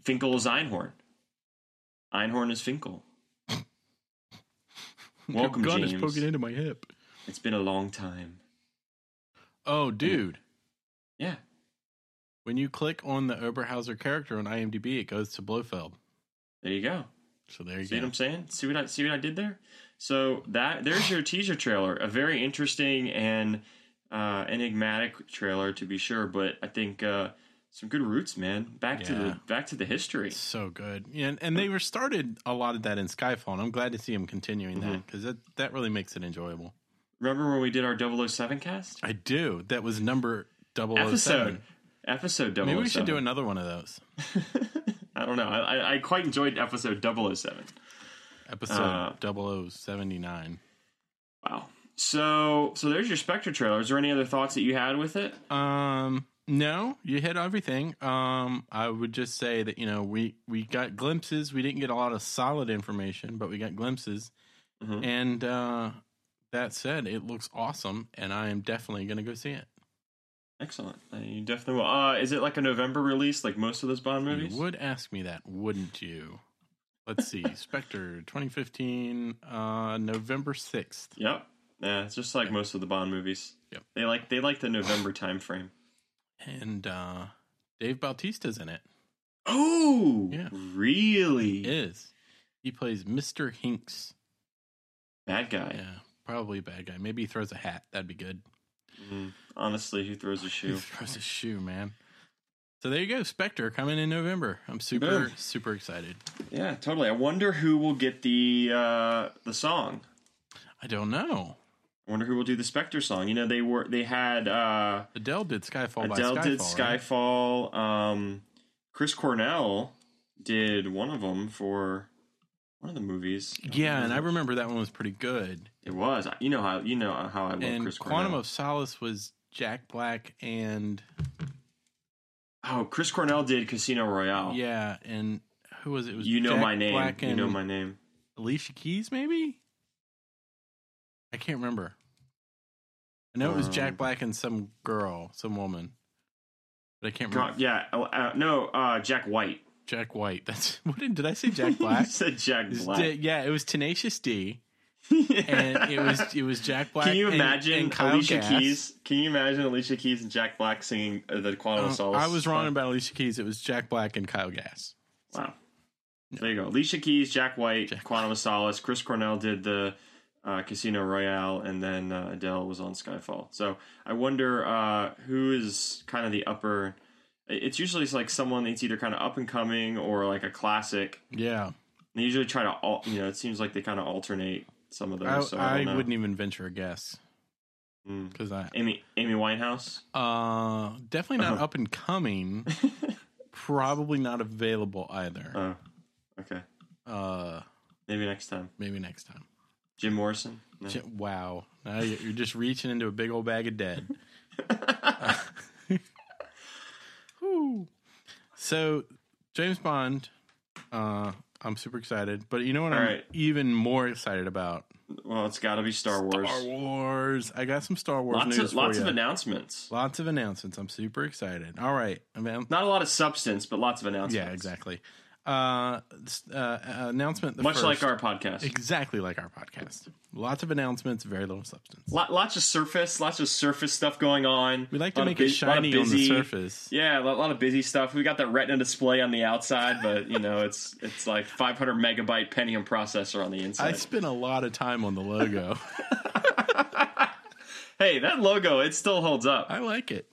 Speaker 2: Finkel is Einhorn. Einhorn is Finkel. Welcome,
Speaker 1: Your gun is
Speaker 2: James.
Speaker 1: poking into my hip.
Speaker 2: It's been a long time.
Speaker 1: Oh,
Speaker 2: Mm.
Speaker 1: dude.
Speaker 2: Yeah.
Speaker 1: When you click on the Oberhauser character on IMDb, it goes to Blofeld.
Speaker 2: There you go.
Speaker 1: So there you
Speaker 2: See what
Speaker 1: go.
Speaker 2: I'm saying? See what I see what I did there? So that there's your teaser trailer. A very interesting and uh, enigmatic trailer to be sure, but I think uh, some good roots, man. Back to
Speaker 1: Yeah.
Speaker 2: the back to the history.
Speaker 1: It's so good. Yeah, And, and they were started a lot of that in Skyfall, and I'm glad to see him continuing
Speaker 2: Mm-hmm.
Speaker 1: that because that, that really makes it enjoyable.
Speaker 2: Remember when we did our 007 cast?
Speaker 1: I do. That was number 007.
Speaker 2: Episode. oh Episode 007.
Speaker 1: Maybe we should do another one of those.
Speaker 2: I don't know. I, I- I quite enjoyed episode 007. Uh,
Speaker 1: Episode 0079.
Speaker 2: Wow. So so there's your Spectre trailer. Is there any other thoughts that you had with it?
Speaker 1: Um, no, you hit everything. Um, I would just say that you know we we got glimpses. We didn't get a lot of solid information, but we got glimpses.
Speaker 2: Mhm.
Speaker 1: And uh, that said, it looks awesome, and I am definitely going to go see it.
Speaker 2: Excellent. Uh, You definitely will. Uh, is it like a November release, like most of those Bond movies?
Speaker 1: You would ask me that, wouldn't you? Let's see, Spectre, 2015, uh, November 6th.
Speaker 2: Yep. Yeah, it's just like most of the Bond movies.
Speaker 1: Yep.
Speaker 2: They like they like the November time frame.
Speaker 1: and uh, Dave Bautista's in it.
Speaker 2: Oh,
Speaker 1: Yeah.
Speaker 2: really?
Speaker 1: Is he plays Mister Hinks?
Speaker 2: Bad guy.
Speaker 1: Yeah, probably a bad guy. Maybe he throws a hat. That'd be good.
Speaker 2: Mm, honestly, who throws a
Speaker 1: He
Speaker 2: shoe?
Speaker 1: throws a shoe, man. So there you go, Spectre coming in November. I'm super,
Speaker 2: Boom.
Speaker 1: super excited.
Speaker 2: yeah, totally. I wonder who will get the uh, the song.
Speaker 1: I don't know.
Speaker 2: I wonder who will do the Spectre song. You know, they were they had uh,
Speaker 1: Adele did Skyfall
Speaker 2: Adele
Speaker 1: by Skyfall.
Speaker 2: did
Speaker 1: right?
Speaker 2: Skyfall. Um, Chris Cornell did one of them for one of the movies.
Speaker 1: Yeah, and I remember that one was pretty good.
Speaker 2: it was. You know how you know how I love
Speaker 1: and
Speaker 2: Chris Cornell.
Speaker 1: Quantum of Solace was Jack Black and
Speaker 2: Oh, Chris Cornell did Casino Royale.
Speaker 1: yeah, and who was it? it was
Speaker 2: Oh. you know
Speaker 1: Jack
Speaker 2: my name.
Speaker 1: Black and
Speaker 2: you know my name.
Speaker 1: Alicia Keys, maybe? I can't remember. I know it was
Speaker 2: Um,
Speaker 1: Jack Black and some girl, some woman. But I can't remember.
Speaker 2: God, yeah, uh, uh, no, uh, Jack White.
Speaker 1: Jack White. That's what did, did I say Jack Black?
Speaker 2: you said Jack
Speaker 1: It's
Speaker 2: Black.
Speaker 1: D- yeah, it was Tenacious D and it was it was Jack Black.
Speaker 2: Can you
Speaker 1: and-
Speaker 2: imagine
Speaker 1: and Kyle
Speaker 2: Alicia
Speaker 1: Gass.
Speaker 2: Keys? Can you imagine Alicia Keys and Jack Black singing uh, the Quantum
Speaker 1: Uh,
Speaker 2: of Solace?
Speaker 1: I was wrong about Alicia Keys. It was Jack Black and Kyle Gass.
Speaker 2: Wow. There you go. Alicia Keys, Jack White,
Speaker 1: Jack
Speaker 2: Quantum of Solace. Chris Cornell did the uh, Casino Royale, and then uh, Adele was on Skyfall. So I wonder uh, who is kind of the upper. It's usually like someone that's either kind of up and coming or like a classic.
Speaker 1: Yeah.
Speaker 2: They usually try to, al- you know, it seems like they kind of alternate. some of those.
Speaker 1: I,
Speaker 2: so I,
Speaker 1: I,
Speaker 2: don't know.
Speaker 1: wouldn't even venture a guess
Speaker 2: Mm.
Speaker 1: because I
Speaker 2: Amy Amy Winehouse.
Speaker 1: uh, definitely not
Speaker 2: Uh-huh.
Speaker 1: up and coming. Probably not available either.
Speaker 2: oh, okay.
Speaker 1: Uh,
Speaker 2: Maybe next time.
Speaker 1: maybe next time.
Speaker 2: Jim Morrison. No.
Speaker 1: J- Wow, now you- you're just reaching into a big old bag of dead. Uh, whew. so James Bond, uh, I'm super excited, but you know what
Speaker 2: All
Speaker 1: I'm
Speaker 2: right.
Speaker 1: even more excited about?
Speaker 2: Well, it's got to be Star Wars.
Speaker 1: Star Wars. I got some Star Wars
Speaker 2: Lots
Speaker 1: news
Speaker 2: of lots
Speaker 1: for
Speaker 2: of
Speaker 1: you.
Speaker 2: announcements.
Speaker 1: lots of announcements. I'm super excited. All right, I'm-
Speaker 2: Not a lot of substance, but lots of announcements.
Speaker 1: yeah, exactly. Uh, s- uh, announcement. The
Speaker 2: Much like
Speaker 1: first.
Speaker 2: our podcast.
Speaker 1: exactly like our podcast. Lots of announcements, very little substance.
Speaker 2: Lot, lots of surface, lots of surface stuff going on.
Speaker 1: We like
Speaker 2: Lot
Speaker 1: to make
Speaker 2: of bu-
Speaker 1: it
Speaker 2: lot of
Speaker 1: shiny on the
Speaker 2: busy-
Speaker 1: surface.
Speaker 2: Yeah, a lot, lot of busy stuff. We got that Retina display on the outside, but you know it's it's like 500 megabyte Pentium processor on the
Speaker 1: I
Speaker 2: inside.
Speaker 1: spent a lot of time on the logo.
Speaker 2: hey, that logo it still holds up.
Speaker 1: I like it.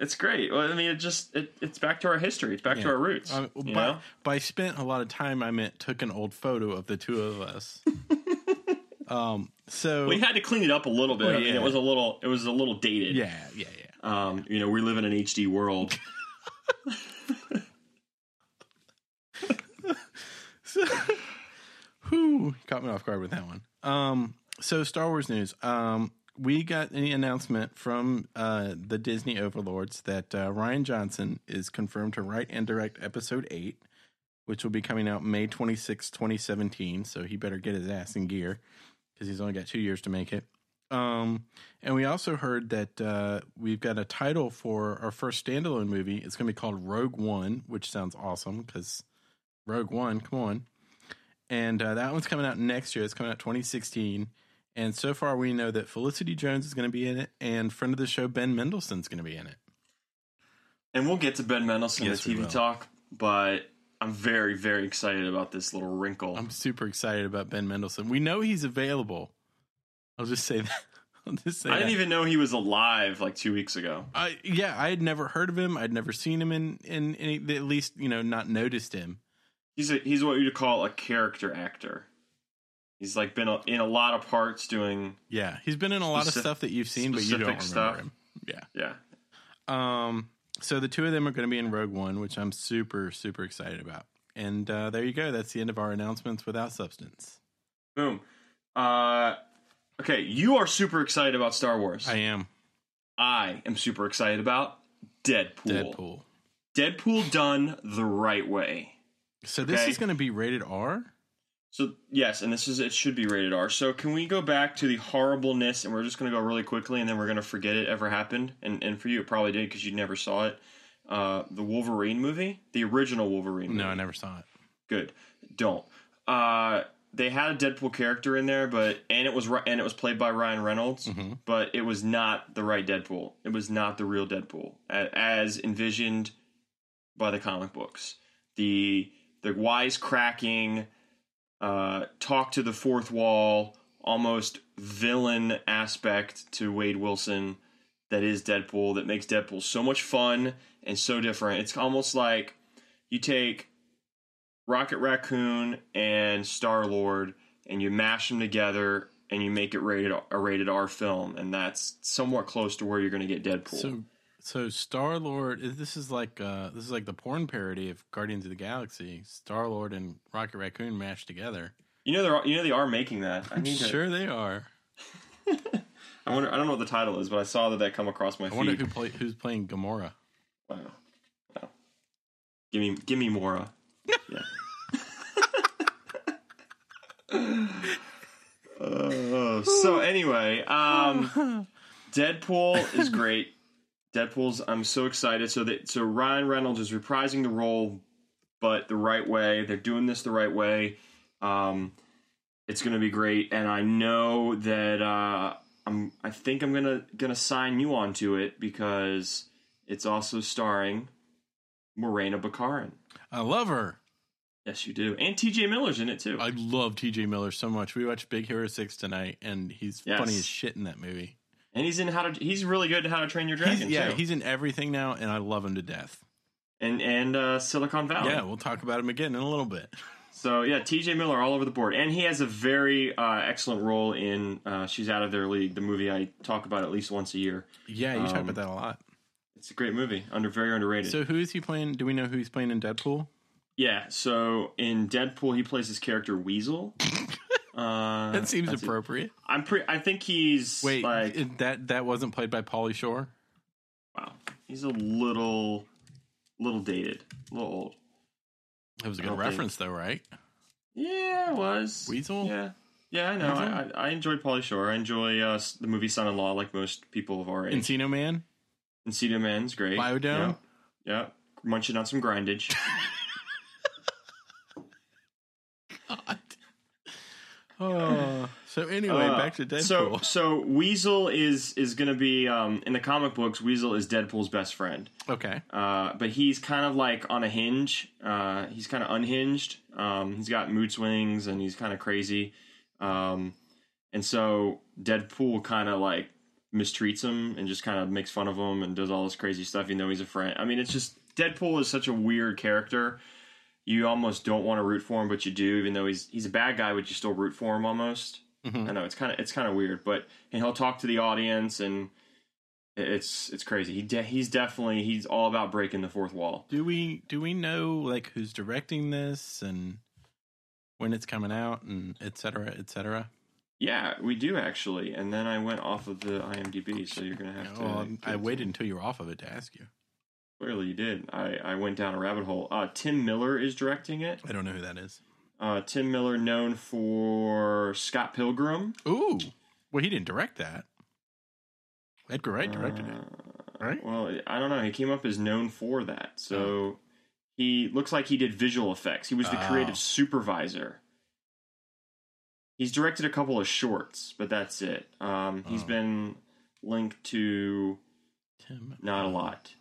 Speaker 2: It's great. Well, I mean, it just it, it's back to our history. It's back to
Speaker 1: Yeah.
Speaker 2: our roots.
Speaker 1: Um,
Speaker 2: you
Speaker 1: by,
Speaker 2: know?
Speaker 1: by spent a lot of time, I meant took an old photo of the two of us. um. So
Speaker 2: We had to clean it up a little bit.
Speaker 1: Well,
Speaker 2: I mean,
Speaker 1: yeah.
Speaker 2: it was a little it was a little dated.
Speaker 1: yeah, yeah, yeah.
Speaker 2: Um, you know, we live in an HD world.
Speaker 1: So, whew, caught me off guard with that one. Um. So Star Wars news. Um. We got any announcement from uh, the Disney overlords that uh, Ryan Johnson is confirmed to write and direct Episode Eight, which will be coming out May twenty sixth, 2017. So he better get his ass in gear because he's only got two years to make it. Um, and we also heard that uh, we've got a title for our first standalone movie. It's going to be called Rogue One, which sounds awesome because Rogue One, come on. And uh, that one's coming out next year. It's coming out 2016. And so far, we know that Felicity Jones is going to be in it, and friend of the show Ben Mendelsohn's going to be in it.
Speaker 2: And we'll get to Ben Mendelsohn
Speaker 1: Yes, we
Speaker 2: in the
Speaker 1: will.
Speaker 2: TV talk, but I'm very, very excited about this little wrinkle.
Speaker 1: I'm super excited about Ben Mendelsohn. We know he's available. I'll just say that. I'll just say
Speaker 2: I didn't
Speaker 1: that.
Speaker 2: even know he was alive like two weeks ago.
Speaker 1: I yeah, I had never heard of him. I'd never seen him in in, in at least you know not noticed him.
Speaker 2: He's a, he's what you'd call a character actor. He's like been a, in a lot of parts doing
Speaker 1: Yeah, he's been in a lot
Speaker 2: Speci-
Speaker 1: of stuff that you've seen, but you don't remember
Speaker 2: specific stuff.
Speaker 1: him.
Speaker 2: yeah.
Speaker 1: Um, so the two of them are going to be in Rogue One, which I'm super super excited about. And uh, there you go. That's the end of our announcements without substance.
Speaker 2: Boom. Uh, okay, you are super excited about Star Wars.
Speaker 1: I am
Speaker 2: I am super excited about Deadpool.
Speaker 1: Deadpool.
Speaker 2: Deadpool done the right way.
Speaker 1: So this
Speaker 2: Okay.
Speaker 1: is going to be rated R.
Speaker 2: So yes, and this is it should be rated R. So can we go back to the horribleness and we're just going to go really quickly and then we're going to forget it ever happened. And and for you it probably did because you never saw it. Uh, the Wolverine movie, the original Wolverine.
Speaker 1: No,
Speaker 2: movie.
Speaker 1: I never saw it.
Speaker 2: Good. Don't. Uh, they had a Deadpool character in there, but and it was ri- and it was played by Ryan Reynolds,
Speaker 1: Mhm.
Speaker 2: but it was not the right Deadpool. It was not the real Deadpool a- as envisioned by the comic books. The the wise cracking, uh, talk to the fourth wall, almost villain aspect to Wade Wilson that is Deadpool that makes Deadpool so much fun and so different. It's almost like you take Rocket Raccoon and Star Lord, and you mash them together, and you make it rated a rated R film, and that's somewhat close to where you're going to get Deadpool.
Speaker 1: So so Star Lord. This is like uh, this is like the porn parody of Guardians of the Galaxy. Star Lord and Rocket Raccoon mashed together.
Speaker 2: you know they're you know they are making that. I
Speaker 1: I'm
Speaker 2: need to-
Speaker 1: sure they are.
Speaker 2: I wonder. I don't know what the title is, but I saw that that come across my
Speaker 1: I wonder
Speaker 2: feed.
Speaker 1: who play, who's playing Gamora.
Speaker 2: Wow. Wow. Give me give me Mora. yeah. Uh, so anyway, um. Deadpool is great. Deadpool's I'm so excited. So that so Ryan Reynolds is reprising the role, but the right way. They're doing this the right way. Um, it's gonna be great, and I know that uh, I'm. I think I'm gonna gonna sign you onto it because it's also starring Morena Baccarin.
Speaker 1: I love her.
Speaker 2: Yes, you do, and T.J. Miller's in it too.
Speaker 1: I love T.J. Miller so much. We watched Big Hero Six tonight, and he's
Speaker 2: Yes.
Speaker 1: funny as shit in that movie.
Speaker 2: and he's in How to. He's really good at How to Train Your
Speaker 1: He's-
Speaker 2: Dragon.
Speaker 1: yeah,
Speaker 2: too.
Speaker 1: he's in everything now, and I love him to death.
Speaker 2: and and uh, Silicon Valley.
Speaker 1: Yeah, we'll talk about him again in a little bit.
Speaker 2: So yeah, T.J. Miller all over the board, and he has a very uh, excellent role in uh, "She's Out of Their League," the movie I talk about at least once a year.
Speaker 1: Yeah, you talk
Speaker 2: Um,
Speaker 1: about that a lot.
Speaker 2: It's a great movie, under very underrated.
Speaker 1: So who is he playing? Do we know who he's playing in Deadpool?
Speaker 2: yeah, so in Deadpool, he plays his character Weasel. Uh,
Speaker 1: That seems
Speaker 2: that's it.
Speaker 1: appropriate.
Speaker 2: I'm pretty. I think he's
Speaker 1: Wait,
Speaker 2: like
Speaker 1: i- that that wasn't played by Pauly Shore.
Speaker 2: wow. He's a little, little dated, a little old.
Speaker 1: That was a
Speaker 2: I
Speaker 1: good
Speaker 2: don't think-
Speaker 1: reference, though, right?
Speaker 2: Yeah, it was
Speaker 1: Weasel?
Speaker 2: Yeah, yeah, I know. I, I I enjoy Polly Shore. I enjoy uh, s- the movie Son-in-Law, like most people of our age.
Speaker 1: Encino Man.
Speaker 2: Encino Man's great.
Speaker 1: Biodome?
Speaker 2: Yeah. yeah. Munching on some grindage.
Speaker 1: Oh, so anyway,
Speaker 2: Uh,
Speaker 1: back to Deadpool.
Speaker 2: So so Weasel is is gonna be um in the comic books, Weasel is Deadpool's best friend.
Speaker 1: okay,
Speaker 2: Uh but he's kind of like on a hinge. Uh he's kinda unhinged. Um he's got mood swings and he's kinda crazy. Um and so Deadpool kinda like mistreats him and just kind of makes fun of him and does all this crazy stuff even though he's a friend. I mean it's just Deadpool is such a weird character. You almost don't want to root for him, but you do, even though he's he's a bad guy, but you still root for him almost.
Speaker 1: Mhm.
Speaker 2: I know it's kind of it's kind of weird, but and he'll talk to the audience, and it- it's it's crazy. He de- he's definitely he's all about breaking the fourth wall.
Speaker 1: do we do we know like who's directing this and when it's coming out and et cetera, et cetera?
Speaker 2: Yeah, we do actually. And then I went off of the IMDb, so you're gonna have to.
Speaker 1: Well, Oh, um, I waited until you were off of it to ask you.
Speaker 2: Clearly, you did. I I went down a rabbit hole. Uh, Tim Miller is directing it.
Speaker 1: I don't know who that is.
Speaker 2: Uh, Tim Miller, known for Scott Pilgrim.
Speaker 1: Ooh, well, he didn't direct that. Edgar Wright directed it,
Speaker 2: Uh,
Speaker 1: right?
Speaker 2: Well, I don't know. He came up as known for that. So he looks like he did visual effects. He was the
Speaker 1: Oh.
Speaker 2: creative supervisor. He's directed a couple of shorts, but that's it. Um, He's
Speaker 1: Oh.
Speaker 2: been linked to
Speaker 1: Tim.
Speaker 2: not a lot.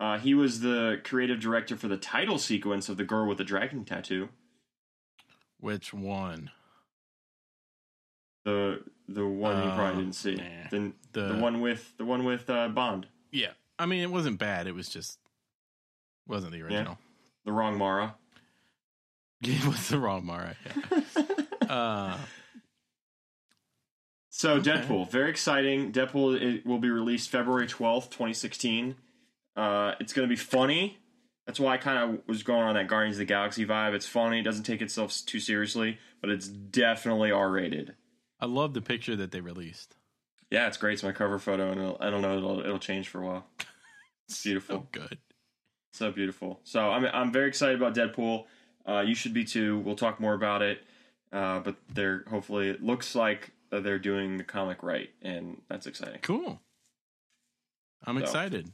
Speaker 2: Uh, he was the creative director for the title sequence of The Girl with the Dragon Tattoo.
Speaker 1: Which one?
Speaker 2: The the one you
Speaker 1: Oh, Uh.
Speaker 2: probably didn't see.
Speaker 1: nah.
Speaker 2: The,
Speaker 1: The,
Speaker 2: the one with the one with uh, Bond.
Speaker 1: Yeah, I mean, it wasn't bad. It was just wasn't the original.
Speaker 2: The wrong Mara.
Speaker 1: it was the wrong Mara. Yeah. uh,
Speaker 2: So
Speaker 1: Okay.
Speaker 2: Deadpool, very exciting. Deadpool it will be released February twelfth, twenty sixteen. Uh, it's going to be funny. That's why I kind of was going on that Guardians of the Galaxy vibe. It's funny. It doesn't take itself s- too seriously, but it's definitely R rated.
Speaker 1: I love the picture that they released.
Speaker 2: Yeah, it's great. It's my cover photo, and it'll, I don't know. It'll, it'll change for a while. It's
Speaker 1: So
Speaker 2: beautiful.
Speaker 1: good.
Speaker 2: So beautiful. So I'm I'm very excited about Deadpool. Uh, you should be too. We'll talk more about it. Uh, but they're hopefully it looks like that they're doing the comic right, and that's exciting.
Speaker 1: Cool. I'm
Speaker 2: So.
Speaker 1: excited.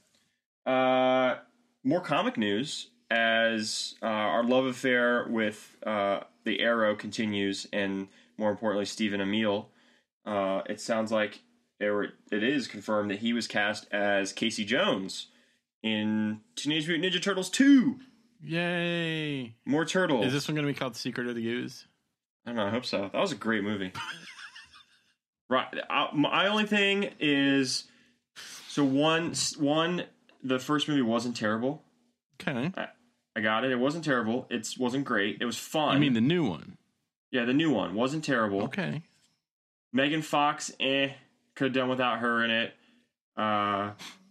Speaker 2: Uh, more comic news as uh, our love affair with uh, the Arrow continues, and more importantly, Stephen Emile. Uh, it sounds like it, were- it is confirmed that he was cast as Casey Jones in Teenage Mutant Ninja Turtles 2.
Speaker 1: Yay.
Speaker 2: More turtles.
Speaker 1: Is this one going to be called Secret of the Ooze?
Speaker 2: I don't know. I hope so. That was a great movie. right. I, my only thing is, so one, one, the first movie wasn't terrible.
Speaker 1: Okay.
Speaker 2: I got it. It wasn't terrible. It wasn't great. It was fun.
Speaker 1: You mean the new one?
Speaker 2: yeah, the new one wasn't terrible.
Speaker 1: Okay.
Speaker 2: Megan Fox, eh, could have done without her in it. Uh,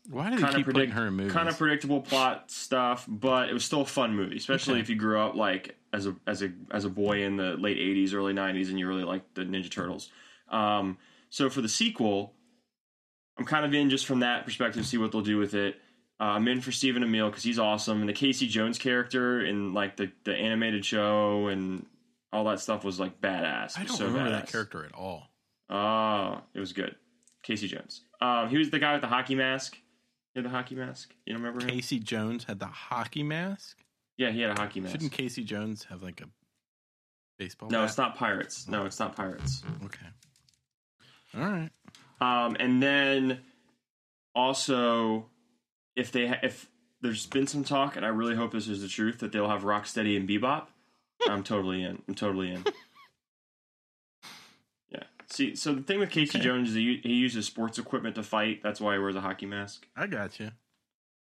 Speaker 1: Why do they
Speaker 2: kind of
Speaker 1: keep putting
Speaker 2: predict-
Speaker 1: her in movies?
Speaker 2: kind of predictable plot stuff, but it was still a fun movie, especially
Speaker 1: Okay.
Speaker 2: if you grew up like as a as a as a boy in the late '80s, early '90s, and you really liked the Ninja Turtles. Um, so for the sequel, I'm kind of in just from that perspective. See what they'll do with it. Uh, I'm in for Stephen Amell because he's awesome, and the Casey Jones character in like the the animated show and all that stuff was like badass. It
Speaker 1: I
Speaker 2: was
Speaker 1: don't
Speaker 2: so
Speaker 1: remember
Speaker 2: badass.
Speaker 1: that character at all.
Speaker 2: Oh, it was good. Casey Jones. Um, he was the guy with the hockey mask. He had the hockey mask. You don't remember him?
Speaker 1: Casey Jones had the hockey mask.
Speaker 2: Yeah, he had a hockey mask.
Speaker 1: Shouldn't Casey Jones have like a baseball?
Speaker 2: no,
Speaker 1: bat?
Speaker 2: it's not pirates. No, it's not pirates.
Speaker 1: Okay. All right.
Speaker 2: Um, and then also, if they ha- if there's been some talk, and I really hope this is the truth, that they'll have Rocksteady and Bebop. I'm totally in. I'm totally in. Yeah. See, so the thing with Casey
Speaker 1: Okay.
Speaker 2: Jones is he, he uses sports equipment to fight. That's why he wears a hockey mask.
Speaker 1: I got you.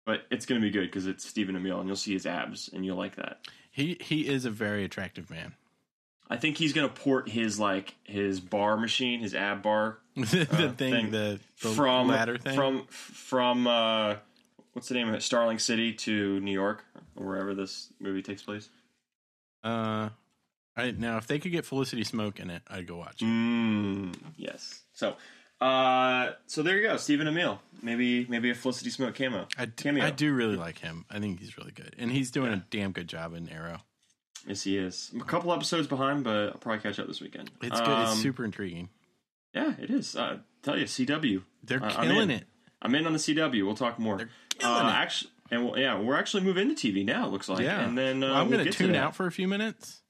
Speaker 2: But it's gonna be good because it's Stephen Amell, and you'll see his abs, and you'll like that.
Speaker 1: He he is a very attractive man.
Speaker 2: I think he's gonna port his like his bar machine, his ab bar
Speaker 1: the
Speaker 2: Uh,
Speaker 1: thing,
Speaker 2: thing.
Speaker 1: the, the
Speaker 2: from
Speaker 1: ladder thing.
Speaker 2: from from uh, what's the name of it? Starling City to New York, or wherever this movie takes place.
Speaker 1: uh, I, now if they could get Felicity Smoke in it, I'd go watch. it.
Speaker 2: Mm, yes. So, uh, so there you go, Stephen Emil. Maybe maybe a Felicity Smoke camo.
Speaker 1: I, d-
Speaker 2: Cameo.
Speaker 1: I do really like him. I think he's really good, and he's doing a damn good job in Arrow.
Speaker 2: Yes, he is. I'm a couple episodes behind, but I'll probably catch up this weekend.
Speaker 1: It's good. it's
Speaker 2: Um,
Speaker 1: super intriguing.
Speaker 2: Yeah, it is. Uh, tell you, CW.
Speaker 1: They're
Speaker 2: I- I'm
Speaker 1: killing
Speaker 2: in.
Speaker 1: it.
Speaker 2: I'm in on the CW. We'll talk more.
Speaker 1: They're
Speaker 2: uh,
Speaker 1: killing it.
Speaker 2: Actually, and we'll, yeah, we're actually moving to TV now. It looks like.
Speaker 1: yeah,
Speaker 2: And then uh,
Speaker 1: Well, I'm
Speaker 2: we'll
Speaker 1: gonna
Speaker 2: get to
Speaker 1: tune
Speaker 2: that.
Speaker 1: out for a few minutes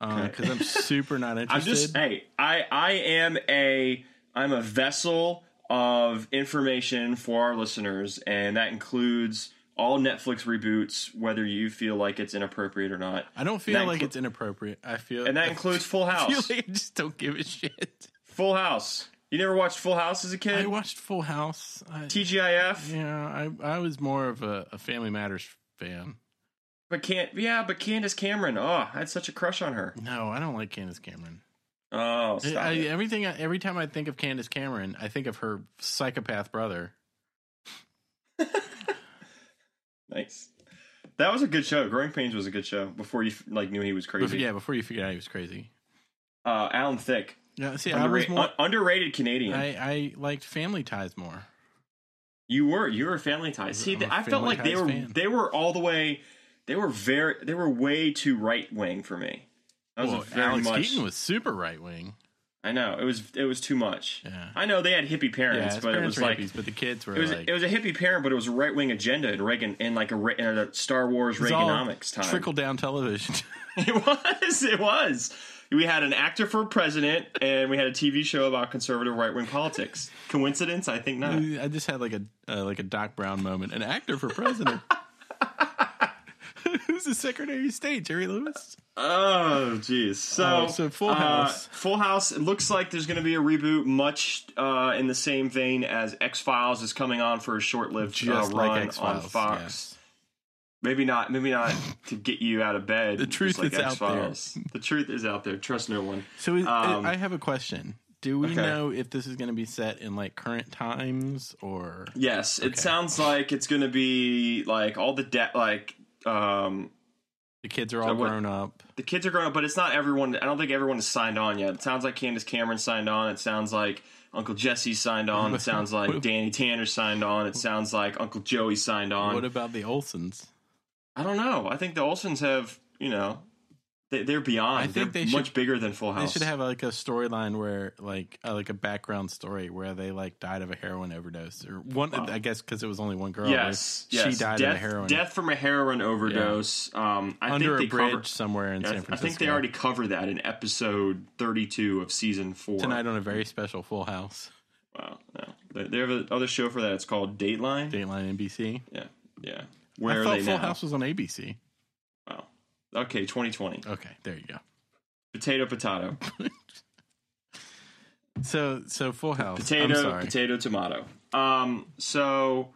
Speaker 1: because
Speaker 2: Okay.
Speaker 1: I'm super not
Speaker 2: I'm
Speaker 1: interested.
Speaker 2: just hey, I I am a I'm a vessel of information for our listeners, and that includes all Netflix reboots, whether you feel like it's inappropriate or not,
Speaker 1: I don't feel
Speaker 2: that
Speaker 1: like
Speaker 2: inclu-
Speaker 1: it's inappropriate. I feel
Speaker 2: and that
Speaker 1: I
Speaker 2: includes Full
Speaker 1: feel
Speaker 2: House.
Speaker 1: like I just don't give a shit.
Speaker 2: Full House. You never watched Full House as a
Speaker 1: I
Speaker 2: kid?
Speaker 1: watched Full House. I,
Speaker 2: TGIF,
Speaker 1: yeah, I I was more of a, a Family Matters fan.
Speaker 2: but can't. Yeah, but Candace Cameron. Oh, I had such a crush on her.
Speaker 1: No, I don't like Candace Cameron.
Speaker 2: Oh,
Speaker 1: I,
Speaker 2: stop
Speaker 1: I-
Speaker 2: it.
Speaker 1: everything I, every time I think of Candace Cameron, I think of her psychopath brother.
Speaker 2: Nice. That was a good show. Growing Pains was a good show before you like knew he was
Speaker 1: Bef-
Speaker 2: crazy.
Speaker 1: yeah, before you figured out he was crazy.
Speaker 2: Uh, Alan Thicke,
Speaker 1: Yeah, see, I was
Speaker 2: underrated,
Speaker 1: more.
Speaker 2: underrated Canadian.
Speaker 1: I, I liked Family Ties more.
Speaker 2: you were you were a Family Ties. See,
Speaker 1: I'm a
Speaker 2: th- I felt
Speaker 1: Family
Speaker 2: like they
Speaker 1: Ties
Speaker 2: were
Speaker 1: fan.
Speaker 2: they were all the way. They were very they were way too right wing for me. That was
Speaker 1: Well,
Speaker 2: very
Speaker 1: Alex
Speaker 2: much.
Speaker 1: Keaton was super right wing.
Speaker 2: I know it was it was too much.
Speaker 1: Yeah,
Speaker 2: I know they had hippie
Speaker 1: yeah.
Speaker 2: parents,
Speaker 1: His
Speaker 2: but it
Speaker 1: parents
Speaker 2: was
Speaker 1: were
Speaker 2: like.
Speaker 1: hippies, but the kids were
Speaker 2: It was,
Speaker 1: like
Speaker 2: it was a hippie parent, but it was a right wing agenda in Reagan in like a, Re- in a Star Wars
Speaker 1: was all
Speaker 2: Reaganomics time.
Speaker 1: trickle down television.
Speaker 2: It was. It was. We had an actor for president, and we had a TV show about conservative right wing politics. Coincidence? I think not.
Speaker 1: I just had like a uh, like a Doc Brown moment. An actor for president. Who's the Secretary of State? Jerry Lewis.
Speaker 2: Oh, jeez. So,
Speaker 1: Oh, so Full
Speaker 2: uh,
Speaker 1: House.
Speaker 2: Full House. It looks like there's going to be a reboot, much uh, in the same vein as X Files is coming on for a short lived
Speaker 1: Just
Speaker 2: uh,
Speaker 1: like
Speaker 2: run
Speaker 1: X-Files,
Speaker 2: on Fox.
Speaker 1: yes.
Speaker 2: Maybe not. Maybe not to get you out of bed.
Speaker 1: The truth
Speaker 2: just like
Speaker 1: is out there.
Speaker 2: X-Files. The truth is out there. Trust no one.
Speaker 1: So is,
Speaker 2: Um,
Speaker 1: I have a question. Do we
Speaker 2: okay.
Speaker 1: know if this is going to be set in like current times or
Speaker 2: Yes,
Speaker 1: Okay.
Speaker 2: it sounds like it's going to be like all the debt, like um,
Speaker 1: the kids are all
Speaker 2: what-
Speaker 1: grown up?
Speaker 2: the kids are growing up, but it's not everyone. I don't think everyone has signed on yet. It sounds like Candace Cameron signed on. It sounds like Uncle Jesse signed on. It sounds like Danny Tanner signed on. It sounds like Uncle Joey signed
Speaker 1: What
Speaker 2: on.
Speaker 1: about the Olsons?
Speaker 2: I don't know. I think the Olsons have, you know, they, they're beyond.
Speaker 1: I think
Speaker 2: they're
Speaker 1: they
Speaker 2: much
Speaker 1: should-
Speaker 2: bigger than Full
Speaker 1: They
Speaker 2: House.
Speaker 1: should have like a storyline where like uh, like a background story where they like died of a heroin overdose or one.
Speaker 2: Wow.
Speaker 1: I guess because it was only one girl.
Speaker 2: yes,
Speaker 1: where
Speaker 2: yes.
Speaker 1: she died
Speaker 2: death,
Speaker 1: of a heroin
Speaker 2: death from a heroin overdose. Um, I
Speaker 1: under a
Speaker 2: think they
Speaker 1: bridge
Speaker 2: cover-
Speaker 1: somewhere in
Speaker 2: Yeah, I
Speaker 1: San
Speaker 2: th- I
Speaker 1: Francisco.
Speaker 2: think they already cover that in episode 32 of season four.
Speaker 1: tonight on a very special Full House
Speaker 2: Wow. No. They- They have another show for that. It's called Dateline.
Speaker 1: Dateline NBC.
Speaker 2: Yeah. Yeah. Where
Speaker 1: I
Speaker 2: are
Speaker 1: thought
Speaker 2: they
Speaker 1: Full
Speaker 2: now?
Speaker 1: House was on ABC.
Speaker 2: Wow. Okay, 2020.
Speaker 1: Okay, there you go.
Speaker 2: Potato, potato.
Speaker 1: So so Full House. I'm
Speaker 2: Potato,
Speaker 1: sorry.
Speaker 2: potato, tomato. Um, so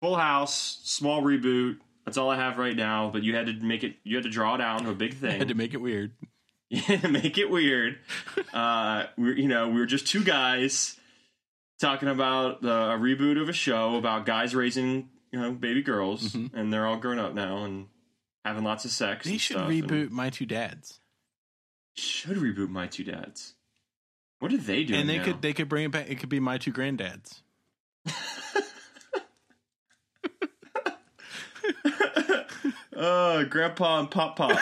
Speaker 2: Full House, small reboot. That's all I have right now, but you had to make it, you had to draw it out into a big
Speaker 1: I had to
Speaker 2: thing.
Speaker 1: make it weird.
Speaker 2: make it weird. Uh, we're, you know, we were just two guys talking about uh, a reboot of a show about guys raising, you know, baby girls,
Speaker 1: Mhm.
Speaker 2: and they're all grown up now and having lots of sex.
Speaker 1: They
Speaker 2: and
Speaker 1: should
Speaker 2: stuff, and-
Speaker 1: reboot My Two Dads,
Speaker 2: should reboot My Two Dads. What did they do?
Speaker 1: and they
Speaker 2: now?
Speaker 1: could they could bring it back. It could be My Two Granddads.
Speaker 2: uh, Grandpa and Pop Pop.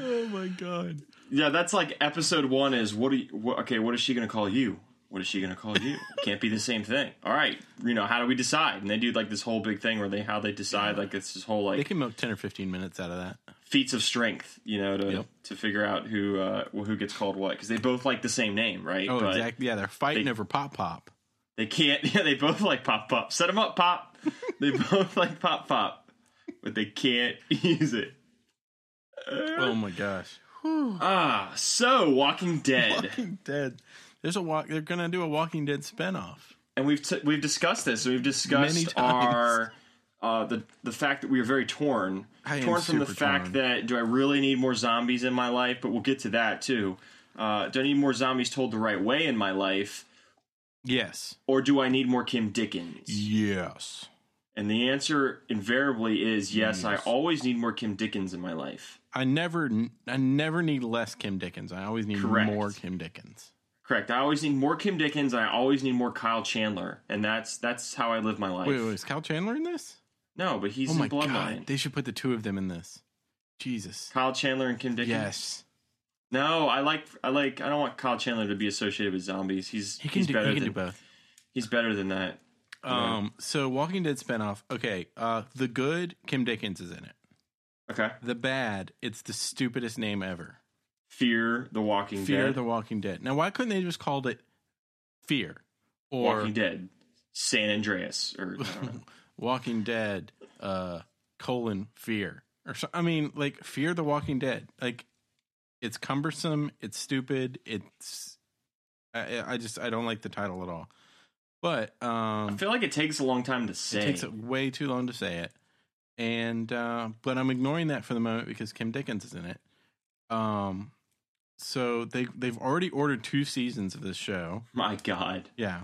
Speaker 1: Oh my god!
Speaker 2: yeah, that's like episode one. Is what? Are you, what okay, what is she gonna call you? What is she gonna call you? Can't be the same thing. All right, you know how do we decide? And they do like this whole big thing where they how they decide like it's this whole
Speaker 1: They
Speaker 2: like
Speaker 1: can milk ten or fifteen minutes out of that.
Speaker 2: feats of strength, you know, to
Speaker 1: Yep.
Speaker 2: to figure out who uh who gets called what because they both like the same name, right?
Speaker 1: Oh,
Speaker 2: But-
Speaker 1: exactly. Yeah, they're fighting
Speaker 2: they-
Speaker 1: over Pop Pop.
Speaker 2: They can't. Yeah, they both like pop pop. Set them up, pop. they both like pop pop, but they can't use it.
Speaker 1: Oh my gosh!
Speaker 2: Ah, so Walking Dead,
Speaker 1: Walking Dead. There's a walk. They're gonna do a Walking Dead spinoff.
Speaker 2: and we've t- we've discussed this. We've
Speaker 1: Many
Speaker 2: discussed
Speaker 1: times.
Speaker 2: our uh, the the fact that we are very torn,
Speaker 1: I am
Speaker 2: torn from the
Speaker 1: super
Speaker 2: fact
Speaker 1: torn.
Speaker 2: that do I really need more zombies in my life? But we'll get to that too. Uh, do I need more zombies told the right way in my life,
Speaker 1: Yes.
Speaker 2: or do I need more Kim Dickens?
Speaker 1: Yes.
Speaker 2: And the answer invariably is yes. I
Speaker 1: Yes.
Speaker 2: always need more Kim Dickens in my life.
Speaker 1: I never, I never need less Kim Dickens. I always need
Speaker 2: Correct.
Speaker 1: more Kim Dickens.
Speaker 2: Correct. I always need more Kim Dickens. And I always need more Kyle Chandler, and that's that's how I live my life.
Speaker 1: Wait, wait, is Kyle Chandler in this?
Speaker 2: No, but he's
Speaker 1: oh
Speaker 2: in
Speaker 1: my
Speaker 2: Bloodline.
Speaker 1: god, they should put the two of them in this. Jesus.
Speaker 2: Kyle Chandler and Kim Dickens.
Speaker 1: Yes,
Speaker 2: No, I like I like I don't want Kyle Chandler to be associated with zombies. He's
Speaker 1: he can
Speaker 2: he's
Speaker 1: do. He
Speaker 2: better
Speaker 1: can
Speaker 2: than
Speaker 1: do both.
Speaker 2: he's better than that. Yeah.
Speaker 1: Um. So, Walking Dead spinoff. Okay. Uh, the good Kim Dickens is in it.
Speaker 2: Okay.
Speaker 1: The bad. It's the stupidest name ever.
Speaker 2: Fear the Walking
Speaker 1: Fear
Speaker 2: Dead.
Speaker 1: the Walking Dead. Now, why couldn't they just called it Fear or
Speaker 2: Walking
Speaker 1: Walking,
Speaker 2: Dead. San Andreas or I don't
Speaker 1: Um,
Speaker 2: know.
Speaker 1: Dead uh, colon Fear or so, I mean, like Fear the Walking Dead. Like it's cumbersome. It's stupid. It's I, I just I don't like the title at all. But um,
Speaker 2: I feel like it takes a long time to say.
Speaker 1: It takes it way too long to say it. And uh, but I'm ignoring that for the moment because Kim Dickens is in it. Um, so they they've already ordered two seasons of this show.
Speaker 2: My God.
Speaker 1: Yeah,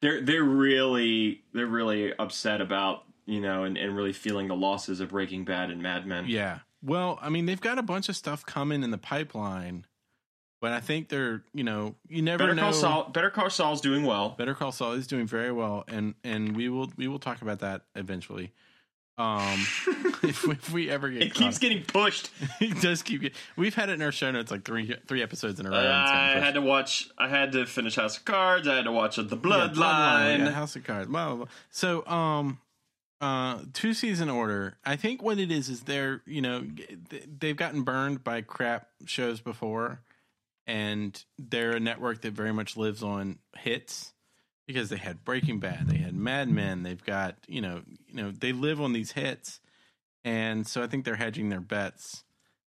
Speaker 2: They're they're really they're really upset about, you know, and, and really feeling the losses of Breaking Bad and Mad Men.
Speaker 1: yeah. Well, I mean, they've got a bunch of stuff coming in the pipeline, but I think they're you know you never
Speaker 2: Better
Speaker 1: know.
Speaker 2: Call Saul Better Call Saul's doing well.
Speaker 1: Better Call Saul is doing very well, and and we will we will talk about that eventually. Um, if we, if we ever get
Speaker 2: It keeps
Speaker 1: caught.
Speaker 2: getting pushed.
Speaker 1: it does keep get, we've had it in our show notes like three three episodes in a row. and it's gotten
Speaker 2: Uh, I
Speaker 1: pushed.
Speaker 2: had to watch. I had to finish House of Cards. I had to watch The
Speaker 1: Yeah,
Speaker 2: Bloodline.
Speaker 1: yeah, House of Cards. Blah, blah, blah. So, um, uh, two season order. I think what it is is they're you know g- th- they've gotten burned by crap shows before, and they're a network that very much lives on hits because they had Breaking Bad, they had Mad Men, they've got you know you know they live on these hits, and so I think they're hedging their bets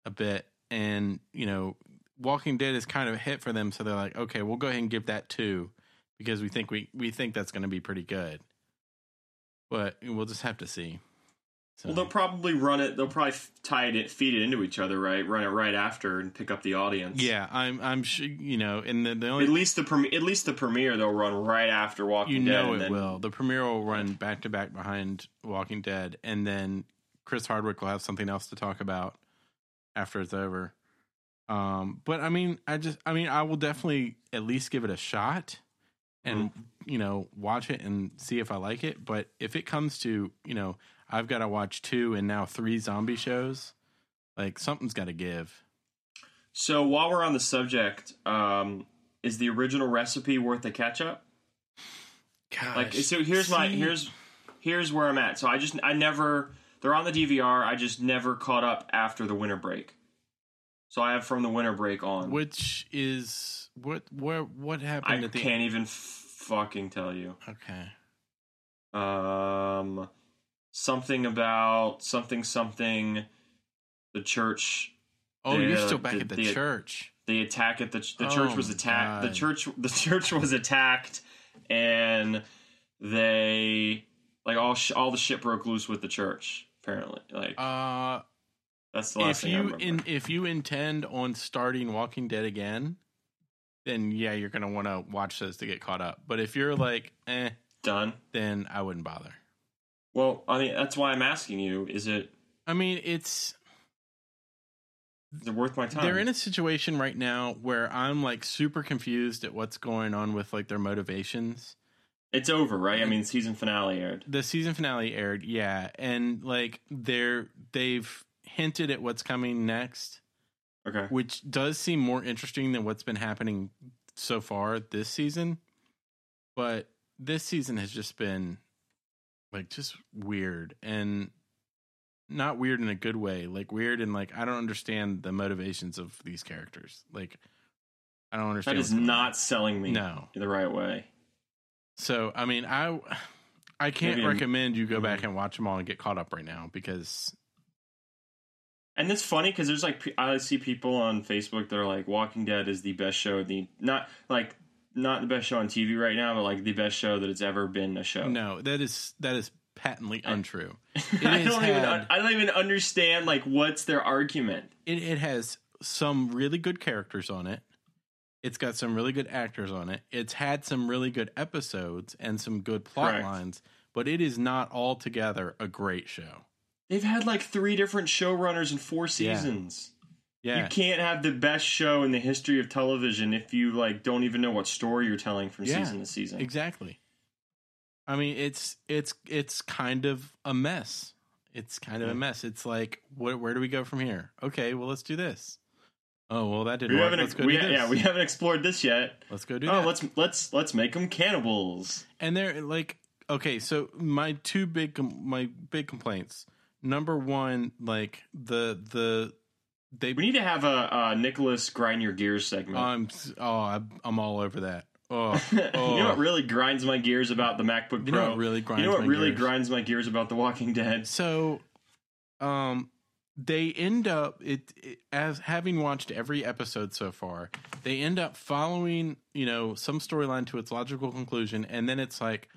Speaker 1: a bit, and you know. Walking Dead is kind of a hit for them, so they're like, okay, we'll go ahead and give that two because we think we we think that's going to be pretty good. But we'll just have to see. So,
Speaker 2: Well, they'll probably run it. They'll probably f- tie it, feed it into each other, right? Run it right after and pick up the audience.
Speaker 1: yeah, I'm I'm sure you know, and the, the
Speaker 2: At
Speaker 1: only
Speaker 2: least the prem- at least the premiere they'll run right after Walking
Speaker 1: you
Speaker 2: Dead.
Speaker 1: know
Speaker 2: and
Speaker 1: it
Speaker 2: then-
Speaker 1: will. The premiere will run back to back behind Walking Dead, and then Chris Hardwick will have something else to talk about after it's over. Um, but I mean, I just I mean, I will definitely at least give it a shot. and
Speaker 2: Mm-hmm.
Speaker 1: you know watch it and see if I like it. But if it comes to you know I've got to watch two and now three zombie shows, like something's got to give.
Speaker 2: So while we're on the subject, um, is the original recipe worth the ketchup?
Speaker 1: Gosh.
Speaker 2: Like, so here's my
Speaker 1: Uh, See?
Speaker 2: here's here's where I'm at. So I just I never they're on the DVR. I just never caught up after the winter break. So I have from the winter break on.
Speaker 1: which is what where what
Speaker 2: I
Speaker 1: happened at the
Speaker 2: can't even f- fucking tell you.
Speaker 1: okay
Speaker 2: Um, something about something something. The church.
Speaker 1: oh
Speaker 2: The-
Speaker 1: you're still back
Speaker 2: the-
Speaker 1: at the,
Speaker 2: the-
Speaker 1: church
Speaker 2: The attack at the ch- the
Speaker 1: Oh
Speaker 2: church was
Speaker 1: my
Speaker 2: attacked. The
Speaker 1: God.
Speaker 2: church the church was attacked, and they like all sh- all the shit broke loose with the church. Apparently, like
Speaker 1: uh
Speaker 2: that's the last
Speaker 1: if
Speaker 2: thing I
Speaker 1: you
Speaker 2: remember.
Speaker 1: in if you intend on starting Walking Dead again then yeah you're gonna want to watch those to get caught up but if you're like eh
Speaker 2: Done.
Speaker 1: then I wouldn't bother
Speaker 2: Well, I mean that's why I'm asking you: Is it
Speaker 1: I mean it's
Speaker 2: is it worth my time?
Speaker 1: They're in a situation right now where I'm like super confused at what's going on with like their motivations.
Speaker 2: it's over, right? I mean, season finale aired.
Speaker 1: The season finale aired, yeah, and like they're they've hinted at what's coming next,
Speaker 2: Okay.
Speaker 1: which does seem more interesting than what's been happening so far this season. But this season has just been like just weird and not weird in a good way, like weird and like I don't understand the motivations of these characters. Like I don't
Speaker 2: That
Speaker 1: understand.
Speaker 2: is
Speaker 1: what's going on.
Speaker 2: not selling me
Speaker 1: No.
Speaker 2: the right way.
Speaker 1: So I mean, I I can't
Speaker 2: Maybe I'm- mm-hmm.
Speaker 1: recommend you go back and watch them all and get caught up right now because
Speaker 2: And it's funny because there's like pe- I see people on Facebook that are like, "Walking Dead is the best show." The not like not the best show on TV right now, but like the best show that it's ever been a show.
Speaker 1: no, that is that is patently untrue.
Speaker 2: I
Speaker 1: has
Speaker 2: don't even
Speaker 1: had-
Speaker 2: I don't even understand like what's their argument.
Speaker 1: It, it has some really good characters on it. It's got some really good actors on it. It's had some really good episodes and some good plot
Speaker 2: Correct.
Speaker 1: lines, but it is not altogether a great show.
Speaker 2: They've had like three different showrunners in four
Speaker 1: Yeah.
Speaker 2: seasons.
Speaker 1: Yeah.
Speaker 2: You can't have the best show in the history of television if you like don't even know what story you're telling from
Speaker 1: Yeah,
Speaker 2: season to season.
Speaker 1: Exactly. I mean, it's it's it's kind of a mess. It's kind of
Speaker 2: Yeah.
Speaker 1: a mess. It's like, where where do we go from here? Okay, well, let's do this. Oh well, that didn't
Speaker 2: We
Speaker 1: work.
Speaker 2: haven't
Speaker 1: Let's
Speaker 2: ex-
Speaker 1: go
Speaker 2: we,
Speaker 1: do this.
Speaker 2: yeah, we haven't explored this yet.
Speaker 1: let's go do
Speaker 2: Oh,
Speaker 1: that.
Speaker 2: let's let's let's make them cannibals.
Speaker 1: and they're like, okay, so my two big com- my big complaints. Number one, like the the they
Speaker 2: We need to have a, uh Nicholas grind your gears segment.
Speaker 1: I'm s- oh I'm, I'm all over that. Oh,
Speaker 2: you know
Speaker 1: oh.
Speaker 2: what really grinds my gears about the MacBook
Speaker 1: you know
Speaker 2: Pro?
Speaker 1: what really grinds
Speaker 2: you know what
Speaker 1: my
Speaker 2: really
Speaker 1: gears?
Speaker 2: grinds my gears about The Walking Dead?
Speaker 1: So, um, they end up it, it as having watched every episode so far. They end up following you know some storyline to its logical conclusion, and then it's like,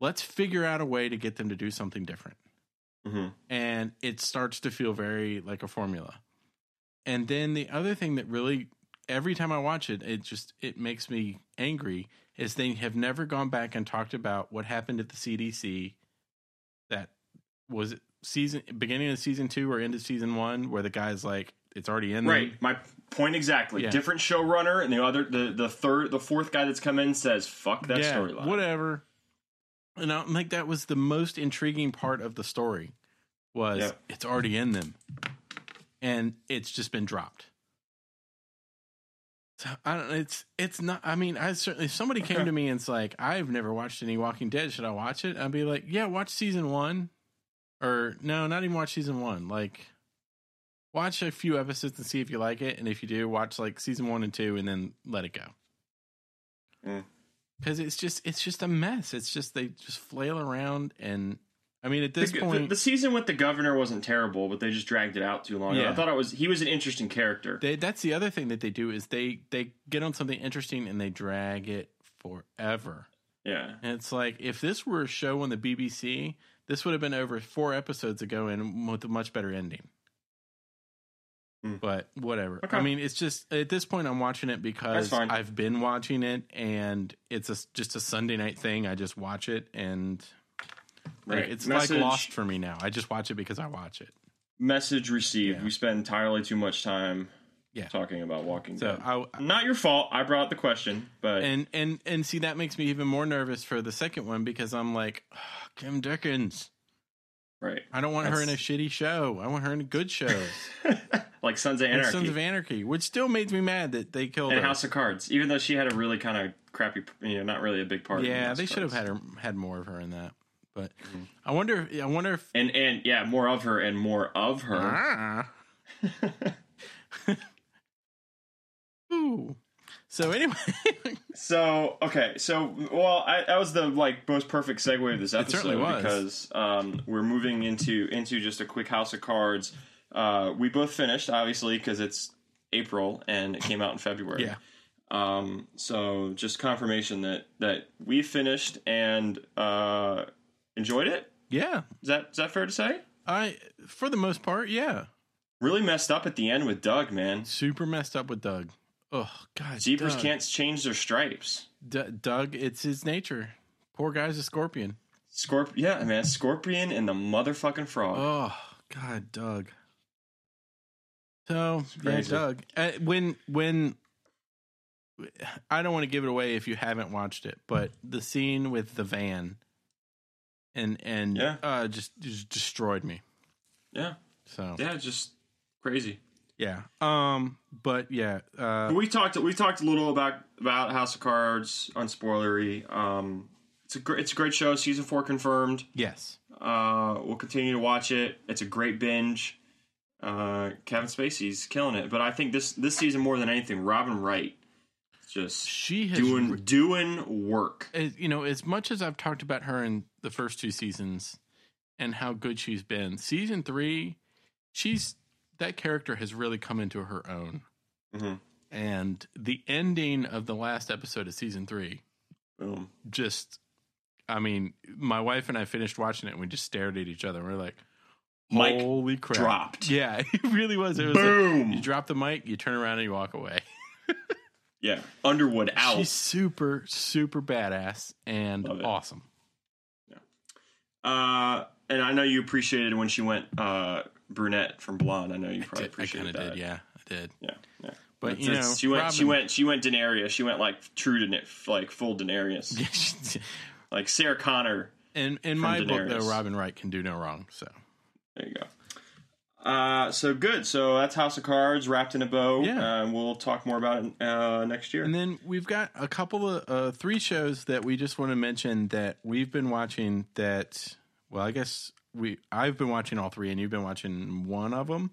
Speaker 1: let's figure out a way to get them to do something different,
Speaker 2: Mhm.
Speaker 1: Mm-hmm. and it starts to feel very like a formula. And then the other thing that really every time I watch it, it just it makes me angry is they have never gone back and talked about what happened at the CDC that was it season beginning of season two or end of season one where the guy's like it's already in
Speaker 2: Right, my point exactly.
Speaker 1: Yeah.
Speaker 2: Different showrunner, and the other, the, the third, the fourth guy that's come in says, "Fuck
Speaker 1: there.
Speaker 2: that storyline."
Speaker 1: whatever and i'm like that was the most intriguing part of the story was
Speaker 2: Yeah.
Speaker 1: it's already in them and it's just been dropped so i don't it's it's not i mean i certainly if somebody came
Speaker 2: Okay.
Speaker 1: to me and it's like i've never watched any walking dead should i watch it i'd be like yeah watch season one or no not even watch season one like watch a few episodes and see if you like it and if you do watch like season one and two and then let it go
Speaker 2: Mm.
Speaker 1: because it's just it's just a mess it's just they just flail around and i mean at
Speaker 2: The,
Speaker 1: this
Speaker 2: the-
Speaker 1: point
Speaker 2: the season with the governor wasn't terrible, but they just dragged it out too long.
Speaker 1: Yeah.
Speaker 2: I thought it was he was an interesting character.
Speaker 1: they, that's the other thing that they do is they they get on something interesting and they drag it forever
Speaker 2: yeah,
Speaker 1: and it's like if this were a show on the bbc this would have been over four episodes ago and with a much better ending
Speaker 2: Hmm.
Speaker 1: but whatever
Speaker 2: Okay.
Speaker 1: i mean it's just at this point i'm watching it because
Speaker 2: fine.
Speaker 1: i've been watching it and it's a, just a sunday night thing i just watch it and like, it's like lost for me now i just watch it because i watch it
Speaker 2: Message received.
Speaker 1: Yeah.
Speaker 2: We spend entirely too much time
Speaker 1: Yeah.
Speaker 2: talking about Walking
Speaker 1: so
Speaker 2: Dead.
Speaker 1: i
Speaker 2: Not your fault. I brought the question, but
Speaker 1: and and and see that makes me even more nervous for the second one because I'm like "Ugh, Kim Dickens.
Speaker 2: right,
Speaker 1: I don't want her in a
Speaker 2: That's-
Speaker 1: shitty show. I want her in a good show,
Speaker 2: like Sons of
Speaker 1: like
Speaker 2: Anarchy
Speaker 1: Sons of Anarchy, which still made me mad that they killed
Speaker 2: and
Speaker 1: her.
Speaker 2: House of Cards. Even though she had a really kind of crappy, you know, not really a big part. in
Speaker 1: yeah,
Speaker 2: House
Speaker 1: they
Speaker 2: of
Speaker 1: should have
Speaker 2: Cards. Mm-hmm.
Speaker 1: had her had more of her in that. But I wonder. If, I wonder if.
Speaker 2: And and yeah, more of her and more of her.
Speaker 1: Ah. Ooh. So anyway,
Speaker 2: So okay, so well, I, that was the like most perfect segue of this episode
Speaker 1: certainly was.
Speaker 2: because um, we're moving into into just a quick House of Cards. Uh, we both finished obviously because it's April and it came out in February.
Speaker 1: yeah,
Speaker 2: Um, so just confirmation that that we finished and uh, enjoyed it.
Speaker 1: yeah.
Speaker 2: Is that is that fair to say?
Speaker 1: I for the most part, yeah.
Speaker 2: Really messed up at the end with Doug, man.
Speaker 1: Super messed up with Doug. Oh God,
Speaker 2: Zebras
Speaker 1: Doug.
Speaker 2: can't change their stripes.
Speaker 1: D- Doug, it's his nature. Poor guy's a scorpion.
Speaker 2: Scorp, yeah, man, Scorpion and the motherfucking frog.
Speaker 1: Oh God, Doug. So yeah,
Speaker 2: crazy.
Speaker 1: Doug. Uh, when when I don't want to give it away if you haven't watched it, but the scene with the van and and
Speaker 2: Yeah.
Speaker 1: uh, just just destroyed me.
Speaker 2: Yeah,
Speaker 1: So
Speaker 2: yeah, just crazy.
Speaker 1: yeah. Um. But yeah. Uh.
Speaker 2: we talked. We talked a little about about House of Cards, unspoilery. Um, it's a great, it's a great show. Season four confirmed.
Speaker 1: Yes.
Speaker 2: Uh, we'll continue to watch it. It's a great binge. Uh, Kevin Spacey's killing it, but I think this this season more than anything, Robin Wright is just
Speaker 1: She has
Speaker 2: doing doing work.
Speaker 1: as, you know, as much as I've talked about her in the first two seasons and how good she's been, season three, she's that character has really come into her own.
Speaker 2: Mhm.
Speaker 1: And the ending of the last episode of season three
Speaker 2: Boom.
Speaker 1: just I mean, my wife and I finished watching it and we just stared at each other. We're like,
Speaker 2: Mic
Speaker 1: holy crap.
Speaker 2: dropped.
Speaker 1: Yeah, it really was. It was like,
Speaker 2: Boom.
Speaker 1: you drop the mic, you turn around and you walk away.
Speaker 2: yeah. Underwood out.
Speaker 1: She's super, super badass and
Speaker 2: Love it.
Speaker 1: awesome.
Speaker 2: Uh, and I know you appreciated when she went uh, brunette from blonde. I know you probably
Speaker 1: Did- I kind
Speaker 2: appreciated
Speaker 1: of
Speaker 2: that.
Speaker 1: did, yeah, I did.
Speaker 2: Yeah, yeah.
Speaker 1: But
Speaker 2: That's-
Speaker 1: you
Speaker 2: that's-
Speaker 1: know,
Speaker 2: she went. She
Speaker 1: Robin-
Speaker 2: went. She went Daenerys. She went like true Daenerys, like full Daenerys,
Speaker 1: Yeah, she did.
Speaker 2: like Sarah Connor.
Speaker 1: in in my book, though,
Speaker 2: Daenerys.
Speaker 1: Robin Wright can do no wrong. So
Speaker 2: There you go. Uh, so good. So that's House of Cards wrapped in a bow.
Speaker 1: Yeah.
Speaker 2: Uh, and we'll talk more about it uh, next year.
Speaker 1: And then we've got a couple of uh, three shows that we just want to mention that we've been watching. That well, I guess we I've been watching all three, and you've been watching one of them,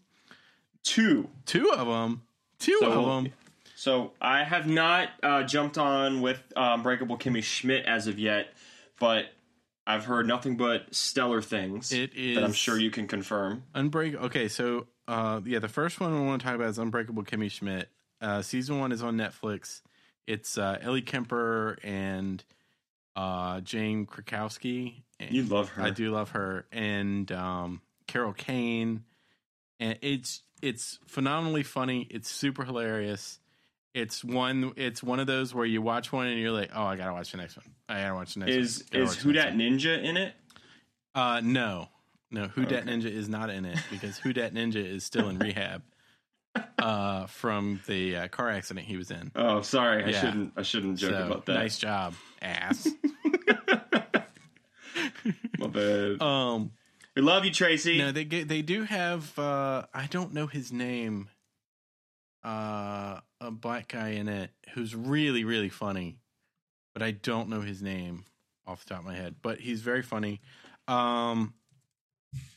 Speaker 2: Two.
Speaker 1: two of them, two
Speaker 2: So-
Speaker 1: of them.
Speaker 2: So I have not uh, jumped on with um, Breakable Kimmy Schmidt as of yet, but I've heard nothing but stellar things
Speaker 1: It is
Speaker 2: that I'm sure you can confirm.
Speaker 1: Unbreak. Okay, so uh, yeah, the first one we want to talk about is Unbreakable Kimmy Schmidt. Uh, season one is on Netflix. It's uh, Ellie Kemper and uh, Jane Krakowski. And
Speaker 2: You love her.
Speaker 1: I do love her, and um, Carol Kane, and it's it's phenomenally funny. It's super hilarious. It's one. It's one of those where you watch one and you're like, oh, I gotta watch the next one. I gotta watch the next
Speaker 2: Is
Speaker 1: one. Gotta
Speaker 2: is
Speaker 1: watch the
Speaker 2: Who
Speaker 1: next
Speaker 2: Dat Ninja in it?
Speaker 1: one. Uh, no, no. Who Dat
Speaker 2: Okay.
Speaker 1: Ninja is not in it because Who Dat Ninja is still in rehab uh, from the uh, car accident he was in.
Speaker 2: Oh, sorry, I
Speaker 1: Yeah.
Speaker 2: shouldn't. I shouldn't joke
Speaker 1: so
Speaker 2: about that.
Speaker 1: nice job, ass.
Speaker 2: My bad.
Speaker 1: um.
Speaker 2: we love you, Tracy.
Speaker 1: No, they get, they do have. Uh, I don't know his name. Uh, a black guy in it who's really really funny, but I don't know his name off the top of my head. But he's very funny. Um,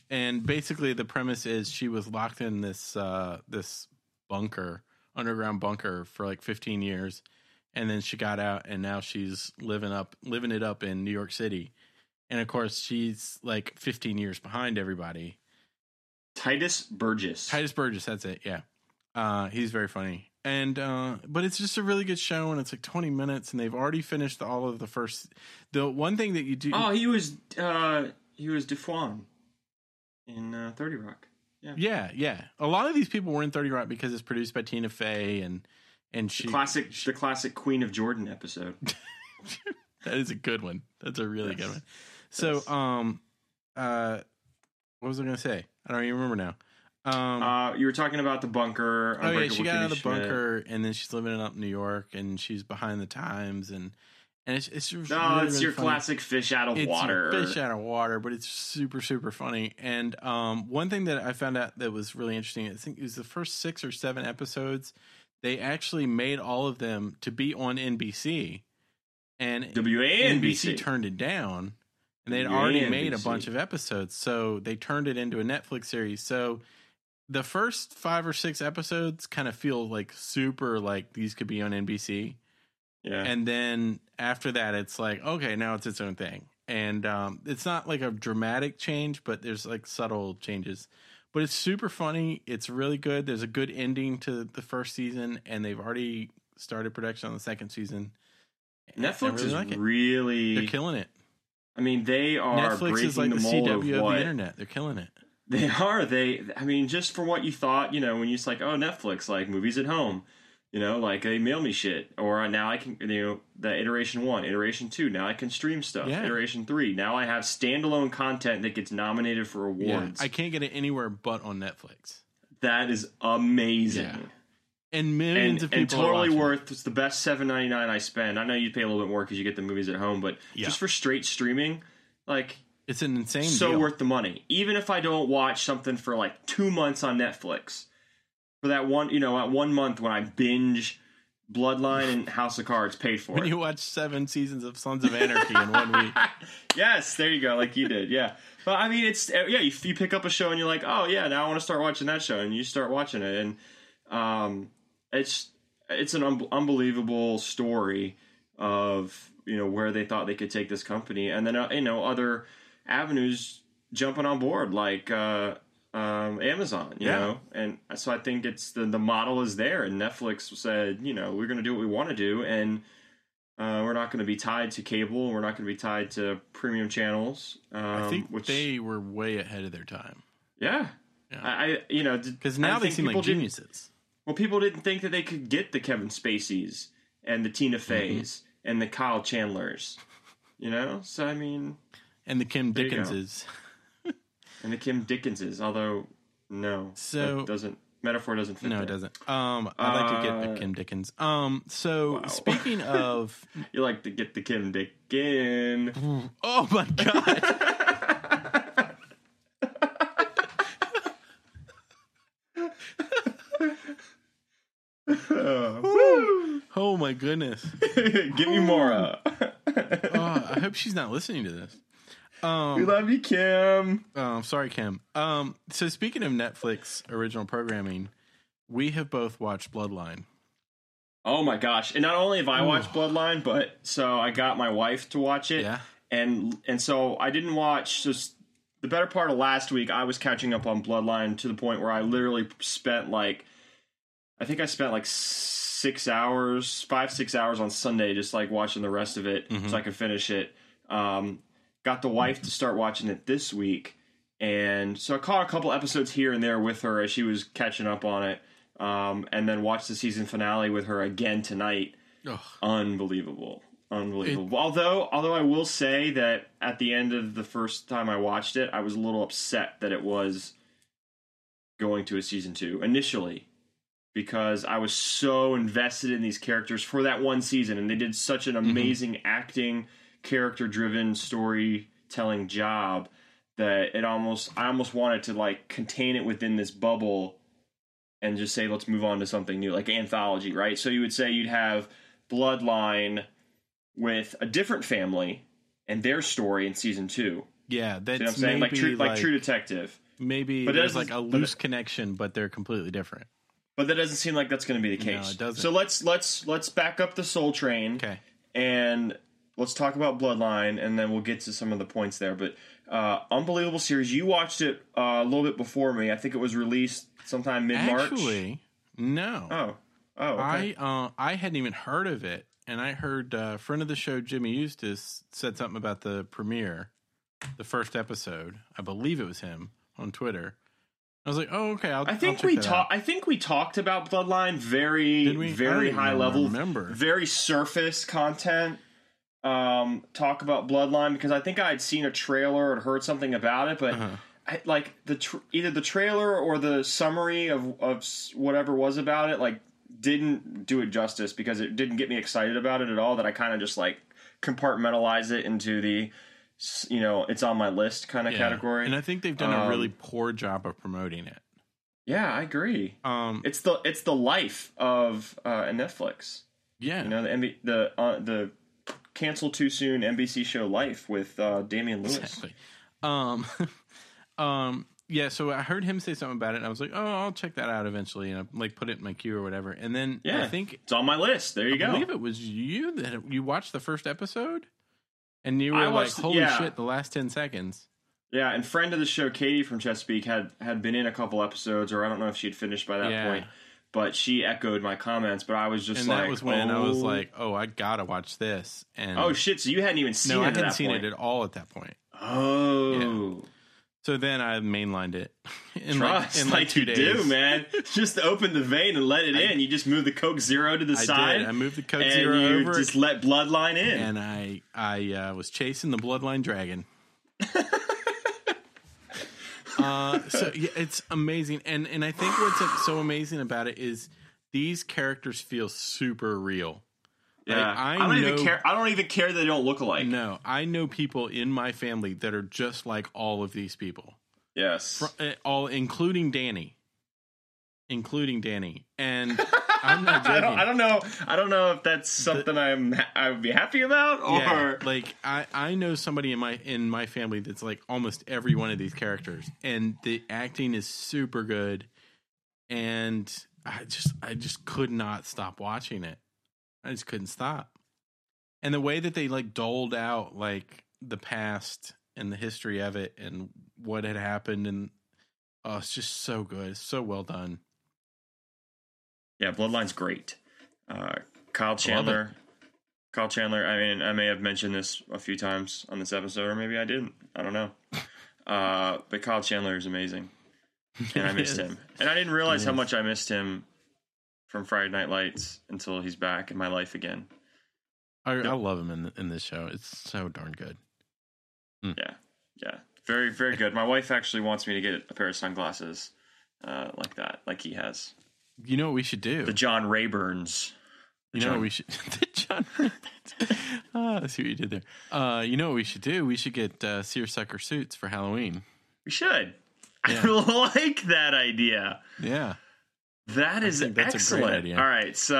Speaker 1: and basically the premise is she was locked in this uh this bunker underground bunker for like 15 years and then she got out and now she's living up living it up in New York City and of course she's like 15 years behind everybody
Speaker 2: Titus Burgess.
Speaker 1: Titus Burgess, that's it. Yeah. Uh, he's very funny. And uh, but it's just a really good show and it's like 20 minutes and they've already finished all of the first the one thing that you do
Speaker 2: Oh, he was. Uh, he was Dufuan in uh, Thirty Rock.
Speaker 1: Yeah, yeah. A lot of these people were in 30 Rock because it's produced by Tina Fey and and she
Speaker 2: classic. the classic Queen of Jordan episode.
Speaker 1: that is a good one. That's a really good
Speaker 2: Yes.
Speaker 1: one. So
Speaker 2: Yes.
Speaker 1: um uh what was I gonna say? I don't even remember now. Um
Speaker 2: Uh, you were talking about the bunker.
Speaker 1: Oh yeah,
Speaker 2: Unbreakable
Speaker 1: she got out of
Speaker 2: Kimmy
Speaker 1: the
Speaker 2: Schmidt.
Speaker 1: bunker, and then she's living it up in New York, and she's behind the times, and and it's it's
Speaker 2: No,
Speaker 1: really,
Speaker 2: it's
Speaker 1: really
Speaker 2: your
Speaker 1: funny.
Speaker 2: classic fish out of
Speaker 1: It's your
Speaker 2: water.
Speaker 1: fish out of water, but it's super super funny. And um, one thing that I found out that was really interesting, I think it was the first six or seven episodes, they actually made all of them to be on NBC, and NBC
Speaker 2: WANBC.
Speaker 1: turned it down, and they'd already made a
Speaker 2: WANBC.
Speaker 1: bunch of episodes, so they turned it into a Netflix series. So the first five or six episodes kind of feel like super like these could be on NBC,
Speaker 2: yeah.
Speaker 1: and then after that, it's like okay, now it's its own thing, and um, it's not like a dramatic change, but there's like subtle changes. But it's super funny. It's really good. There's a good ending to the first season, and they've already started production on the second season. And I
Speaker 2: Netflix
Speaker 1: really
Speaker 2: is
Speaker 1: like it.
Speaker 2: really.
Speaker 1: They're killing it.
Speaker 2: I mean, they are
Speaker 1: Netflix
Speaker 2: breaking
Speaker 1: is like
Speaker 2: the
Speaker 1: the,
Speaker 2: mold
Speaker 1: CW of,
Speaker 2: of what
Speaker 1: the internet. They're killing it.
Speaker 2: They are. They. I mean, just for what you thought, you know, when you just like, oh, Netflix, like movies at home, you know, like they mail me shit, or now I can, you know, the iteration one, iteration two, now I can stream stuff.
Speaker 1: Yeah.
Speaker 2: Iteration three, now I have standalone content that gets nominated for
Speaker 1: Yeah,
Speaker 2: awards.
Speaker 1: I can't get it anywhere but on Netflix.
Speaker 2: that is amazing.
Speaker 1: Yeah. And millions
Speaker 2: And,
Speaker 1: of people.
Speaker 2: and
Speaker 1: are
Speaker 2: totally
Speaker 1: watching it.
Speaker 2: worth. It's the best seven ninety nine I spend. I know you pay a little bit more because you get the movies at home, but
Speaker 1: Yeah.
Speaker 2: just for straight streaming, like
Speaker 1: It's an insane.
Speaker 2: so
Speaker 1: deal.
Speaker 2: worth the money. Even if I don't watch something for like two months on Netflix, for that one, you know, at one month when I binge Bloodline and House of Cards, paid for
Speaker 1: When
Speaker 2: it.
Speaker 1: you watch seven seasons of Sons of Anarchy in one week,
Speaker 2: yes, there you go, like you did, yeah. But I mean, it's eh, yeah, you, you pick up a show and you're like, oh yeah, now I want to start watching that show, and you start watching it, and um, it's it's an un- unbelievable story of you know where they thought they could take this company, and then uh, you know other avenues jumping on board like uh, um, Amazon, you
Speaker 1: Yeah.
Speaker 2: know, and so I think it's the the model is there, and Netflix said, you know, we're going to do what we want to do, and Uh, we're not going to be tied to cable. We're not going to be tied to premium channels. Um,
Speaker 1: I think
Speaker 2: which,
Speaker 1: they were way ahead of their time.
Speaker 2: yeah,
Speaker 1: Yeah.
Speaker 2: I, I you know did-
Speaker 1: Because
Speaker 2: I
Speaker 1: now they
Speaker 2: think
Speaker 1: seem like
Speaker 2: people didn't-
Speaker 1: geniuses.
Speaker 2: Well, people didn't think that they could get the Kevin Spaceys and the
Speaker 1: Mm-hmm.
Speaker 2: Tina Feys and the Kyle Chandlers, you know. So I mean,
Speaker 1: And the Kim
Speaker 2: There you go.
Speaker 1: Dickinses.
Speaker 2: and the Kim Dickinses. Although, no,
Speaker 1: So-
Speaker 2: that doesn't metaphor doesn't fit.
Speaker 1: No,
Speaker 2: there.
Speaker 1: it doesn't. Um, I like to get
Speaker 2: Uh,
Speaker 1: the Kim Dickens. Um, so
Speaker 2: wow.
Speaker 1: speaking of,
Speaker 2: You like to get the Kim Dickin.
Speaker 1: oh my god,
Speaker 2: Woo!
Speaker 1: oh my goodness.
Speaker 2: Give me Mora.
Speaker 1: Oh, I hope she's not listening to this.
Speaker 2: we
Speaker 1: Um,
Speaker 2: love you, Kim.
Speaker 1: um, sorry, Kim. Um, so speaking of Netflix original programming, we have both watched Bloodline.
Speaker 2: Oh my gosh! And not only have I watched Bloodline, but so I got my wife to watch it,
Speaker 1: Yeah,
Speaker 2: and and so I didn't watch. So s- the better part of last week, I was catching up on Bloodline to the point where I literally spent like, I think I spent like six hours, five six hours on Sunday, just like watching the rest of it
Speaker 1: Mhm.
Speaker 2: so I could finish it. Um, got the wife to start watching it this week, and so I caught a couple episodes here and there with her as she was catching up on it. Um, and then watched the season finale with her again tonight
Speaker 1: Ugh.
Speaker 2: unbelievable unbelievable although although i will say that at the end of the first time i watched it i was a little upset that it was going to a season two initially because i was so invested in these characters for that one season and they did such an amazing acting character driven storytelling job that it almost i almost wanted to like contain it within this bubble and just say let's move on to something new like anthology right so you would say you'd have bloodline with a different family and their story in season two
Speaker 1: yeah. That's
Speaker 2: you know what i'm saying like
Speaker 1: maybe
Speaker 2: true like, true detective
Speaker 1: maybe
Speaker 2: But
Speaker 1: there's
Speaker 2: that
Speaker 1: like a
Speaker 2: doesn't- but
Speaker 1: loose connection, but they're completely different.
Speaker 2: but that doesn't seem like that's going to be the
Speaker 1: No,
Speaker 2: case
Speaker 1: it doesn't.
Speaker 2: so let's let's let's back up the soul train
Speaker 1: Okay.
Speaker 2: and let's talk about bloodline and then we'll get to some of the points there but uh unbelievable series you watched it uh, a little bit before me i think it was released sometime mid-march
Speaker 1: Actually, no.
Speaker 2: oh oh
Speaker 1: I
Speaker 2: okay.
Speaker 1: uh, I hadn't even heard of it, and I heard uh, friend of the show Jimmy Eustace said something about the premiere, the first episode. I believe it was him on Twitter. I was like, oh okay. I'll,
Speaker 2: I
Speaker 1: I'll
Speaker 2: think
Speaker 1: check
Speaker 2: we
Speaker 1: that
Speaker 2: talked.
Speaker 1: out.
Speaker 2: I think we talked about Bloodline very,
Speaker 1: Did we? I
Speaker 2: very
Speaker 1: don't
Speaker 2: high
Speaker 1: even
Speaker 2: level,
Speaker 1: remember.
Speaker 2: very surface content. Um, talk about Bloodline because I think I had seen a trailer or heard something about it, but
Speaker 1: Uh-huh.
Speaker 2: I, like the tr- either the trailer or the summary of of s- whatever was about it, like didn't do it justice because it didn't get me excited about it at all. That I kind of just like compartmentalize it into the, s- you know, it's on my list kind of
Speaker 1: Yeah.
Speaker 2: category.
Speaker 1: and I think they've done a
Speaker 2: Um,
Speaker 1: really poor job of promoting it.
Speaker 2: yeah, I agree.
Speaker 1: Um,
Speaker 2: It's the it's the life of uh, Netflix.
Speaker 1: yeah,
Speaker 2: You know the MB, the uh, the cancel too soon NBC show Life with uh, Damian Lewis.
Speaker 1: exactly. Um, um, yeah. So I heard him say something about it, and I was like, oh, I'll check that out eventually, and I, like put it in my queue or whatever. And then I
Speaker 2: Yeah.
Speaker 1: think
Speaker 2: It's on my list. There you
Speaker 1: I
Speaker 2: go.
Speaker 1: believe it was you that you watched the first episode, and you were
Speaker 2: I
Speaker 1: like,
Speaker 2: watched-
Speaker 1: "Holy
Speaker 2: yeah.
Speaker 1: shit!" The last ten seconds.
Speaker 2: Yeah, and friend of the show Katie from Chesapeake had had been in a couple episodes, or I don't know if she had finished by that
Speaker 1: Yeah.
Speaker 2: point. But she echoed my comments. But I was just
Speaker 1: And
Speaker 2: like,
Speaker 1: that was when I was
Speaker 2: oh.
Speaker 1: like, "Oh, I gotta watch this." And
Speaker 2: oh shit! So you hadn't even seen
Speaker 1: no,
Speaker 2: it
Speaker 1: I
Speaker 2: at
Speaker 1: hadn't
Speaker 2: that
Speaker 1: seen
Speaker 2: point.
Speaker 1: it at all at that point.
Speaker 2: oh,
Speaker 1: So then I mainlined it in
Speaker 2: trust
Speaker 1: like in
Speaker 2: like,
Speaker 1: like two
Speaker 2: you
Speaker 1: days.
Speaker 2: do, man. just open the vein and let it in. You just move the Coke Zero to the
Speaker 1: I
Speaker 2: side.
Speaker 1: did. I moved the code
Speaker 2: and
Speaker 1: zero
Speaker 2: you
Speaker 1: over,
Speaker 2: just let bloodline in.
Speaker 1: and I I uh, was chasing the bloodline dragon. uh, so yeah, it's amazing, and and I think what's so amazing about it is these characters feel super real.
Speaker 2: yeah,
Speaker 1: like, I
Speaker 2: I, don't
Speaker 1: know-
Speaker 2: even care. I don't even care that they don't look alike.
Speaker 1: No, I know people in my family that are just like all of these people,
Speaker 2: Yes,
Speaker 1: Fr- uh, all including Danny, including Danny, and I'm not joking.
Speaker 2: I don't. I don't know. I don't know if that's something I'm. ha- I would be happy about, or
Speaker 1: yeah, like I, I know somebody in my in my family that's like almost every one of these characters, and the acting is super good, and I just I just could not stop watching it. I just couldn't stop, and the way that they like doled out like the past and the history of it and what had happened, and oh, it's just so good, It's so well done.
Speaker 2: yeah. Bloodline's great. Uh, Kyle Chandler, Kyle Chandler. I mean, I may have mentioned this a few times on this episode, or maybe I didn't. I don't know. Uh, but Kyle Chandler is amazing, and I missed him. And I didn't realize how
Speaker 1: Yes.
Speaker 2: much I missed him from Friday Night Lights until he's back in my life again.
Speaker 1: I, I love him in in this show. It's so darn good.
Speaker 2: Yeah, very very good. My wife actually wants me to get a pair of sunglasses uh, like that, like he has
Speaker 1: You know what we should do?
Speaker 2: the John Rayburns.
Speaker 1: you know what
Speaker 2: John-
Speaker 1: we should the John. Ah, I see what you did there. Uh, you know what we should do? We should get uh, seersucker suits for Halloween.
Speaker 2: We should.
Speaker 1: Yeah.
Speaker 2: I like that idea.
Speaker 1: Yeah.
Speaker 2: That is
Speaker 1: think that's a great
Speaker 2: excellent.
Speaker 1: idea.
Speaker 2: All right, so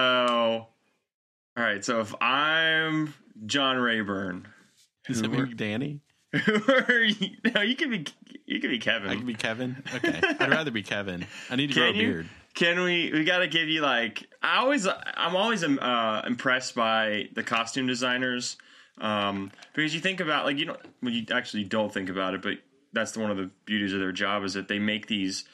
Speaker 2: all right, so if I'm John Rayburn,
Speaker 1: Does
Speaker 2: Who
Speaker 1: it
Speaker 2: were-
Speaker 1: mean Danny?
Speaker 2: who are you? No, you can be you can be Kevin.
Speaker 1: I could be Kevin. Okay. I'd rather be Kevin. I need to grow a
Speaker 2: Can you?
Speaker 1: beard.
Speaker 2: Can we? We got to give you like I always. I'm always um, uh, impressed by the costume designers um, because you think about like you don't. Well, you actually don't think about it, but that's one of the beauties of their job is that they make these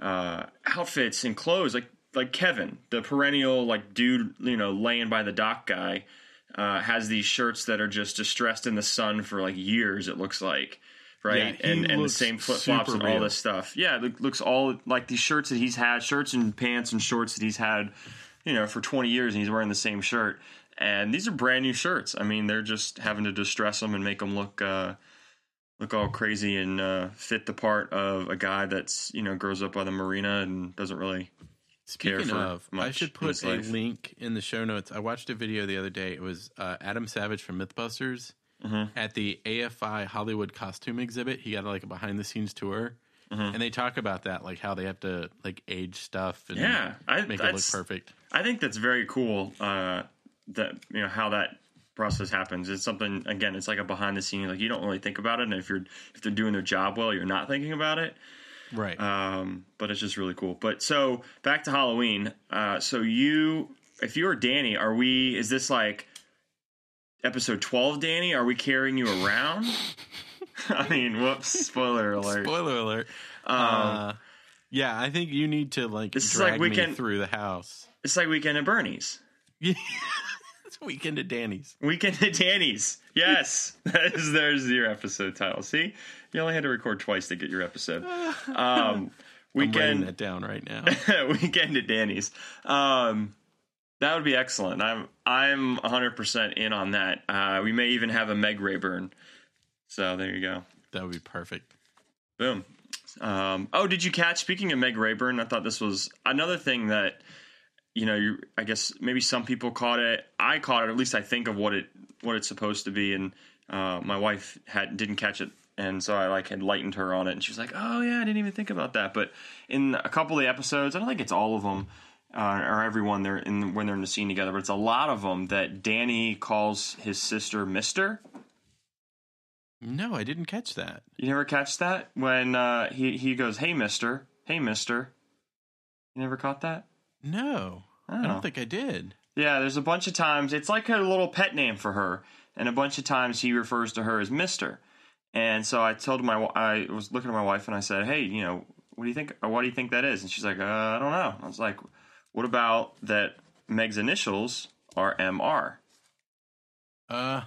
Speaker 2: uh, outfits and clothes like like Kevin, the perennial like dude, you know, laying by the dock guy. Uh, has these shirts that are just distressed in the sun for like years. It looks like, right?
Speaker 1: Yeah, he
Speaker 2: and and the
Speaker 1: looks
Speaker 2: same flip flops
Speaker 1: super
Speaker 2: and all
Speaker 1: real.
Speaker 2: this stuff. Yeah, it look- looks all like these shirts that he's had, shirts and pants and shorts that he's had, you know, for 20 years, and he's wearing the same shirt. And these are brand new shirts. I mean, they're just having to distress them and make them look uh, look all crazy and uh, fit the part of a guy that's you know grows up by the marina and doesn't really. care
Speaker 1: Speaking
Speaker 2: for
Speaker 1: of, I
Speaker 2: much
Speaker 1: should
Speaker 2: in
Speaker 1: put
Speaker 2: his
Speaker 1: a
Speaker 2: life.
Speaker 1: link in the show notes. I watched a video the other day. It was uh, Adam Savage from MythBusters
Speaker 2: Mhm.
Speaker 1: at the AFI Hollywood costume exhibit. He got like a behind the scenes tour,
Speaker 2: Mhm.
Speaker 1: and they talk about that, like how they have to like age stuff and
Speaker 2: Yeah, I
Speaker 1: make it look
Speaker 2: that's,
Speaker 1: perfect.
Speaker 2: I think that's very cool. Uh, that you know how that process happens. It's something again. It's like a behind the scenes. Like you don't really think about it. And if you're if they're doing their job well, you're not thinking about it.
Speaker 1: Right.
Speaker 2: Um, but it's just really cool. But so back to Halloween. Uh, so you, if you're Danny, are we? Is this like episode twelve, Danny? Are we carrying you around? I mean, whoops! Spoiler alert.
Speaker 1: Spoiler alert.
Speaker 2: um,
Speaker 1: uh, yeah, I think you need to like
Speaker 2: This is
Speaker 1: drag
Speaker 2: like we
Speaker 1: me
Speaker 2: can-
Speaker 1: through the house.
Speaker 2: it's like Weekend at Bernie's.
Speaker 1: It's weekend at Danny's.
Speaker 2: Weekend at Danny's. Yes, that is there's your episode title. See, you only had to record twice to get your episode. Um,
Speaker 1: I'm writing
Speaker 2: weekend
Speaker 1: that down right now.
Speaker 2: weekend at Danny's. Um, that would be excellent. I'm I'm 100% in on that. Uh, we may even have a Meg Rayburn. So there you go.
Speaker 1: That would be perfect.
Speaker 2: Boom. Um, oh, did you catch? Speaking of Meg Rayburn, I thought this was another thing that you know. You, I guess maybe some people caught it. I caught it. At least I think of what it what it's supposed to be, and uh, my wife had didn't catch it, and so I like had lightened her on it, and she was like, "Oh yeah, I didn't even think about that." But in a couple of the episodes, I don't think it's all of them. Uh, or everyone they're in when they're in the scene together, but it's a lot of them that Danny calls his sister Mister.
Speaker 1: No, I didn't catch that.
Speaker 2: You never catch that when uh, he he goes, "Hey, Mister, hey, Mister." You never caught that?
Speaker 1: No, I
Speaker 2: Oh.
Speaker 1: don't think I did.
Speaker 2: Yeah, there's a bunch of times it's like a little pet name for her, and a bunch of times he refers to her as Mister. And so I told my wi- I was looking at my wife and I said, "Hey, you know, what do you think? Or why do you think that is?" And she's like, uh, "I don't know." I was like, "What about that? Meg's initials are M.R.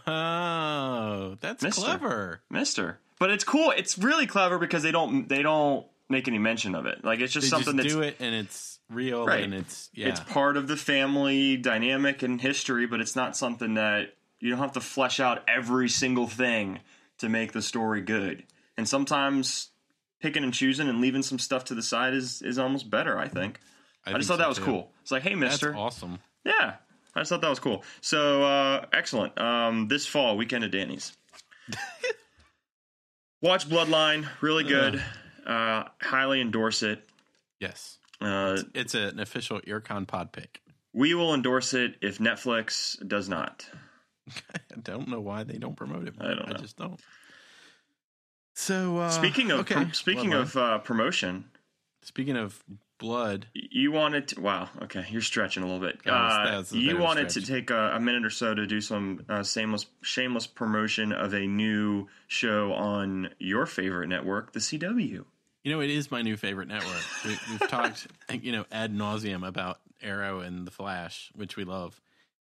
Speaker 1: Oh, that's
Speaker 2: Mister.
Speaker 1: clever.
Speaker 2: Mister." But it's cool. It's really clever because they don't they don't make any mention of it. Like it's just
Speaker 1: They
Speaker 2: something
Speaker 1: just
Speaker 2: that's
Speaker 1: do it, and it's real,
Speaker 2: Right.
Speaker 1: and it's yeah.
Speaker 2: It's part of the family dynamic and history, but it's not something that you don't have to flesh out every single thing to make the story good. And sometimes picking and choosing and leaving some stuff to the side is is almost better, I think. I,
Speaker 1: think
Speaker 2: just thought that
Speaker 1: so,
Speaker 2: was
Speaker 1: too.
Speaker 2: cool. It's like, hey,
Speaker 1: That's
Speaker 2: mister.
Speaker 1: awesome.
Speaker 2: Yeah. I just thought that was cool. So, uh, excellent. Um, this fall, weekend at Danny's. Watch Bloodline. Really good. Uh, highly endorse it.
Speaker 1: Yes,
Speaker 2: Uh,
Speaker 1: it's an official Earcon pod pick.
Speaker 2: We will endorse it if Netflix does not.
Speaker 1: I don't know why they don't promote it.
Speaker 2: I don't know.
Speaker 1: I just don't. So uh,
Speaker 2: speaking of
Speaker 1: okay.
Speaker 2: prom- speaking
Speaker 1: Bloodline.
Speaker 2: of uh, promotion,
Speaker 1: speaking of blood,
Speaker 2: y- you wanted to, wow. Okay, you're stretching a little bit.
Speaker 1: That was- that
Speaker 2: Uh,
Speaker 1: was a bit
Speaker 2: you
Speaker 1: of a
Speaker 2: wanted to
Speaker 1: stretch.
Speaker 2: take a, a minute or so to do some uh, shameless shameless promotion of a new show on your favorite network, the CW.
Speaker 1: you know, it is my new favorite network. We, we've talked, you know, ad nauseum about Arrow and The Flash, which we love.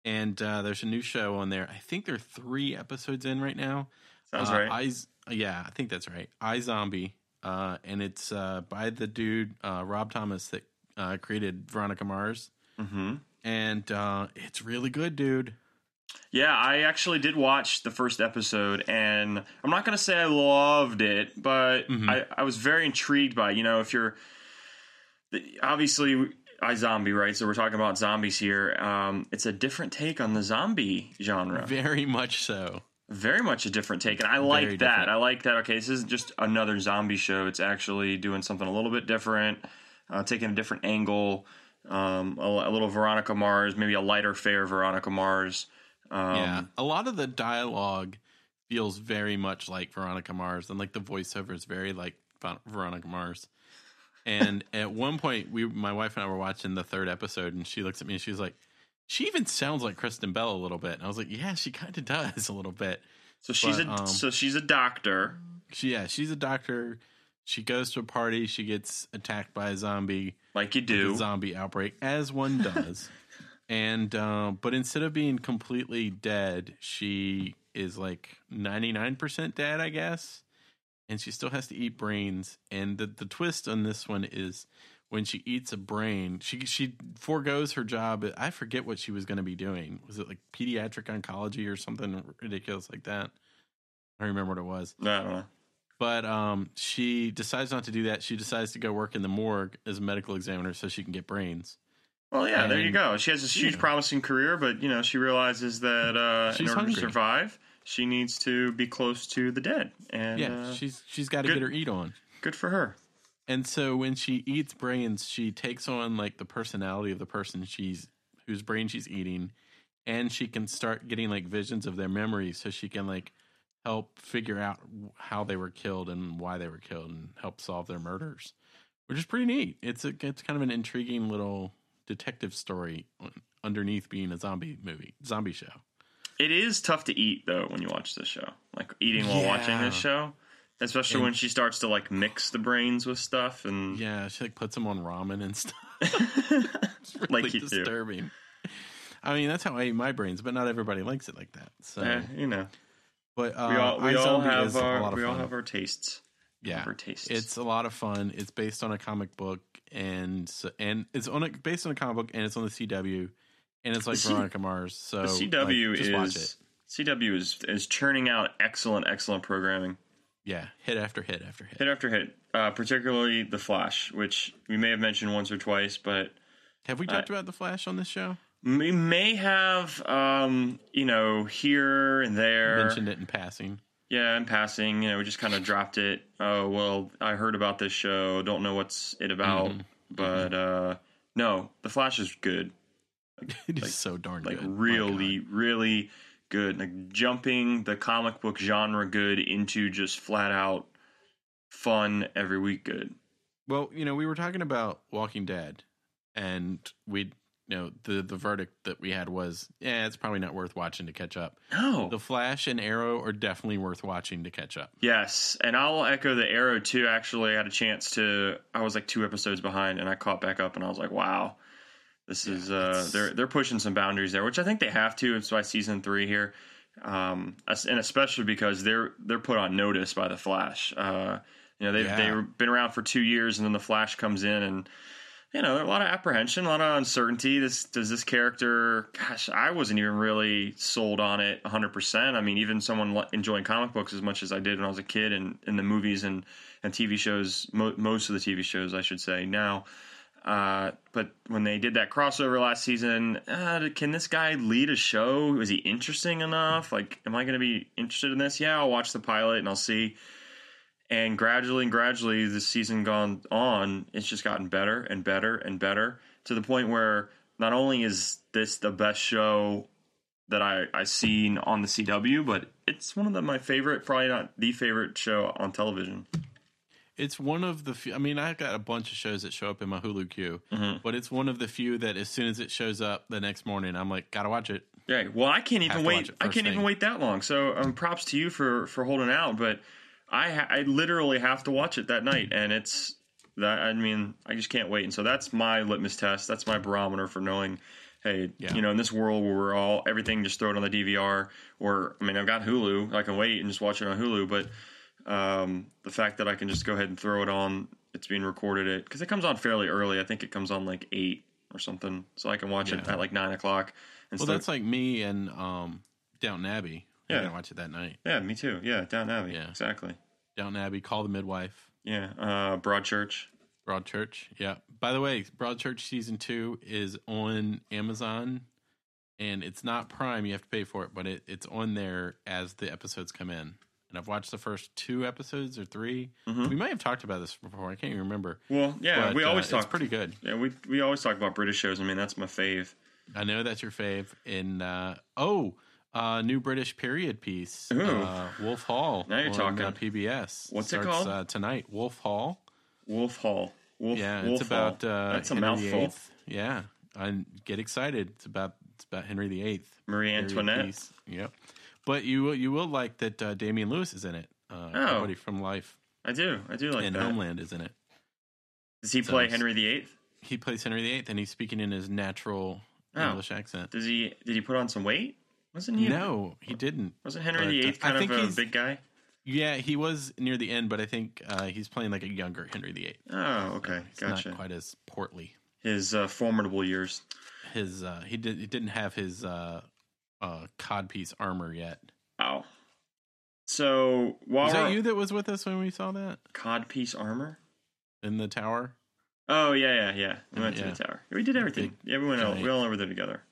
Speaker 1: and uh, there's a new show on there. I think there are three episodes in right now.
Speaker 2: Sounds
Speaker 1: uh,
Speaker 2: right.
Speaker 1: I, yeah, I think that's right. I Zombie, uh, and it's uh, by the dude uh, Rob Thomas that uh, created Veronica Mars,
Speaker 2: mm-hmm.
Speaker 1: and uh, it's really good, dude.
Speaker 2: Yeah, I actually did watch the first episode, and I'm not gonna say I loved it, but
Speaker 1: Mhm.
Speaker 2: I, I was very intrigued by. it. You know, if you're the- obviously I zombie, right? So we're talking about zombies here. Um, it's a different take on the zombie genre,
Speaker 1: Very much so.
Speaker 2: very much a different take, and I like that.
Speaker 1: different.
Speaker 2: I like that. Okay, this isn't just another zombie show. It's actually doing something a little bit different, uh, taking a different angle. Um, a, a little Veronica Mars, maybe a lighter fare Veronica Mars. Um,
Speaker 1: yeah, a lot of the dialogue feels very much like Veronica Mars, and like the voiceover is very like Ver- Veronica Mars. And at one point, we, my wife and I were watching the third episode, and she looks at me and she's like, "She even sounds like Kristen Bell a little bit." And I was like, "Yeah, she kind of does a little bit."
Speaker 2: So she's
Speaker 1: But,
Speaker 2: a
Speaker 1: um,
Speaker 2: so she's a doctor.
Speaker 1: She, yeah, she's a doctor. She goes to a party. She gets attacked by a zombie.
Speaker 2: Like you
Speaker 1: with
Speaker 2: do.
Speaker 1: a zombie outbreak as one does and uh, but instead of being completely dead she is like 99% dead i guess and she still has to eat brains and the, the twist on this one is when she eats a brain she she foregoes her job i forget what she was going to be doing was it like pediatric oncology or something ridiculous like that i don't remember what it was
Speaker 2: I don't know.
Speaker 1: but um, she decides not to do that. She decides to go work in the morgue as a medical examiner so she can get brains.
Speaker 2: Well, yeah, there you
Speaker 1: And-
Speaker 2: go. She has this huge,
Speaker 1: Yeah.
Speaker 2: promising career, but you know she realizes that uh, in
Speaker 1: She's
Speaker 2: order to
Speaker 1: hungry.
Speaker 2: survive, she needs to be close to the dead, and
Speaker 1: yeah,
Speaker 2: uh,
Speaker 1: she's she's got to
Speaker 2: good-
Speaker 1: get her eat on.
Speaker 2: good for her.
Speaker 1: And so when she eats brains, she takes on like the personality of the person she's whose brain she's eating, and she can start getting like visions of their memories, so she can like help figure out how they were killed and why they were killed, and help solve their murders, which is pretty neat. It's a it's kind of an intriguing little detective story underneath being a zombie movie, zombie show.
Speaker 2: It is tough to eat though when you watch this show, like eating while watching this
Speaker 1: Yeah.
Speaker 2: show, especially
Speaker 1: And-
Speaker 2: when she starts to like mix the brains with stuff and
Speaker 1: Yeah, she like puts them on ramen and stuff. It's really
Speaker 2: Like you do.
Speaker 1: disturbing. I mean, that's how I eat my brains, but not everybody likes it like that. So,
Speaker 2: eh, you know
Speaker 1: but uh,
Speaker 2: we all we all
Speaker 1: iZombie
Speaker 2: have
Speaker 1: is a lot
Speaker 2: our
Speaker 1: of
Speaker 2: we all
Speaker 1: fun.
Speaker 2: have our tastes.
Speaker 1: yeah,
Speaker 2: our tastes.
Speaker 1: it's a lot of fun. It's based on a comic book, and so, and it's on a, based on a comic book, and it's on the CW, and it's like
Speaker 2: The C-
Speaker 1: Veronica Mars. So
Speaker 2: the CW
Speaker 1: like, just watch it.
Speaker 2: is CW is is churning out excellent excellent programming.
Speaker 1: Yeah, hit after hit after hit.
Speaker 2: hit after hit, uh, particularly the Flash, which we may have mentioned once or twice, but
Speaker 1: Have we
Speaker 2: I-
Speaker 1: talked about the Flash on this show?
Speaker 2: we may have, um, you know, here and there.
Speaker 1: Mentioned it in passing.
Speaker 2: Yeah, in passing, you know, we just kind of dropped it. Oh well, I heard about this show. Don't know what's it about,
Speaker 1: Mhm.
Speaker 2: but uh, no, the Flash is good,
Speaker 1: It is
Speaker 2: Like-
Speaker 1: so darn
Speaker 2: like e
Speaker 1: good. My
Speaker 2: really, really good. Like jumping the comic book genre good into just flat out fun every week good.
Speaker 1: Well, you know, we were talking about Walking Dead, and we, you know, the the verdict that we had was, yeah, it's probably not worth watching to catch up.
Speaker 2: No,
Speaker 1: The Flash and Arrow are definitely worth watching to catch up.
Speaker 2: Yes, and I'll echo the arrow too. Actually, I had a chance to. I was like two episodes behind, and I caught back up, and I was like, "Wow, this
Speaker 1: Yeah,
Speaker 2: is uh,
Speaker 1: it's-
Speaker 2: they're they're pushing some boundaries there, which I think they have to. It's by season three here, um, as- and especially because they're they're put on notice by the Flash. Uh, you know, they've
Speaker 1: Yeah.
Speaker 2: they've been around for two years, and then the Flash comes in, and you know, there are a lot of apprehension, a lot of uncertainty. This does this character? Gosh, I wasn't even really sold on it 100. percent I mean, even someone li- enjoying comic books as much as I did when I was a kid, and in the movies and and TV shows, mo- most of the TV shows, I should say now. Uh, but when they did that crossover last season, uh, can this guy lead a show? Is he interesting enough? Like, am I going to be interested in this? Yeah, I'll watch the pilot and I'll see. And gradually and gradually, the season gone on, it's just gotten better and better and better to the point where not only is this the best show that I I seen on the CW, but it's one of the, my favorite, probably not the favorite show on television.
Speaker 1: It's one of the few, I mean, I've got a bunch of shows that show up in my Hulu queue,
Speaker 2: Mhm.
Speaker 1: but it's one of the few that as soon as it shows up the next morning, I'm like, gotta watch it.
Speaker 2: Yeah, well, I can't
Speaker 1: Have
Speaker 2: even
Speaker 1: to
Speaker 2: wait.
Speaker 1: watch it
Speaker 2: I
Speaker 1: first
Speaker 2: can't even
Speaker 1: thing.
Speaker 2: wait that long. So, um, props to you for for holding out. But I ha- I literally have to watch it that night, and it's that. I mean, I just can't wait. And so that's my litmus test. That's my barometer for knowing paid.
Speaker 1: Yeah.
Speaker 2: You know, in this world where we're all everything just throw it on the DVR, or I mean, I've got Hulu, I can wait and just watch it on Hulu. But um, the fact that I can just go ahead and throw it on, it's being recorded at because it comes on fairly early. I think it comes on like eight or something, so I can watch it
Speaker 1: Yeah.
Speaker 2: at like nine o'clock.
Speaker 1: Well,
Speaker 2: Instead,
Speaker 1: that's like me and um, Downton Abbey.
Speaker 2: Yeah.
Speaker 1: I didn't watch it that night.
Speaker 2: yeah, me too. Yeah, Down Abbey.
Speaker 1: Yeah.
Speaker 2: exactly.
Speaker 1: Downton Abbey, Call the Midwife,
Speaker 2: Yeah, uh, Broadchurch.
Speaker 1: Broadchurch. Yeah. By the way, Broadchurch season two is on Amazon, and it's not Prime. You have to pay for it, but it, it's on there as the episodes come in. And I've watched the first two episodes or 3
Speaker 2: Mhm.
Speaker 1: We might have talked about this before. I can't even remember.
Speaker 2: Well, yeah,
Speaker 1: But,
Speaker 2: we
Speaker 1: uh,
Speaker 2: always
Speaker 1: it's
Speaker 2: talk.
Speaker 1: pretty good.
Speaker 2: yeah, we we always talk about British shows. I mean, that's my fave.
Speaker 1: I know that's your fave. In uh, oh, uh, new British period piece,
Speaker 2: Ooh.
Speaker 1: uh, Wolf Hall.
Speaker 2: Now you're
Speaker 1: on,
Speaker 2: talking.
Speaker 1: uh, PBS.
Speaker 2: What's it
Speaker 1: Starts,
Speaker 2: called?
Speaker 1: uh, tonight? Wolf Hall.
Speaker 2: Wolf Hall. Wolf,
Speaker 1: yeah,
Speaker 2: Wolf
Speaker 1: it's about
Speaker 2: Hall.
Speaker 1: uh,
Speaker 2: That's a
Speaker 1: Henry
Speaker 2: mouthful.
Speaker 1: VIII. Yeah, and get excited. It's about it's about Henry the Eighth.
Speaker 2: Marie Antoinette.
Speaker 1: Yep. But you will you will like that uh, Damian Lewis is in it. Uh, our
Speaker 2: Oh.
Speaker 1: buddy from Life
Speaker 2: I do. I do like
Speaker 1: and
Speaker 2: that.
Speaker 1: Homeland is in it.
Speaker 2: Does he
Speaker 1: So
Speaker 2: play
Speaker 1: it's-
Speaker 2: Henry VIII?
Speaker 1: He plays Henry the Eighth, and he's speaking in his natural
Speaker 2: Oh.
Speaker 1: English accent.
Speaker 2: Does he? Did he put on some weight? Wasn't he?
Speaker 1: No, he didn't.
Speaker 2: Wasn't Henry
Speaker 1: But,
Speaker 2: VIII
Speaker 1: uh, I
Speaker 2: kind of
Speaker 1: think
Speaker 2: a
Speaker 1: he's-
Speaker 2: big guy?
Speaker 1: Yeah, he was near the end, but I think uh, he's playing like a younger Henry VIII.
Speaker 2: Oh, okay,
Speaker 1: Uh, He's
Speaker 2: gotcha.
Speaker 1: not quite as portly.
Speaker 2: His uh, formidable years.
Speaker 1: His uh, he did he didn't have his uh, uh, codpiece armor yet.
Speaker 2: Ow. So while
Speaker 1: Was that
Speaker 2: we're-
Speaker 1: you that was with us when we saw that
Speaker 2: codpiece armor?
Speaker 1: in the tower?
Speaker 2: Oh yeah, yeah, yeah. We went
Speaker 1: Uh, Yeah.
Speaker 2: to the tower. We did everything. Everyone else.
Speaker 1: giant.
Speaker 2: We all over there together.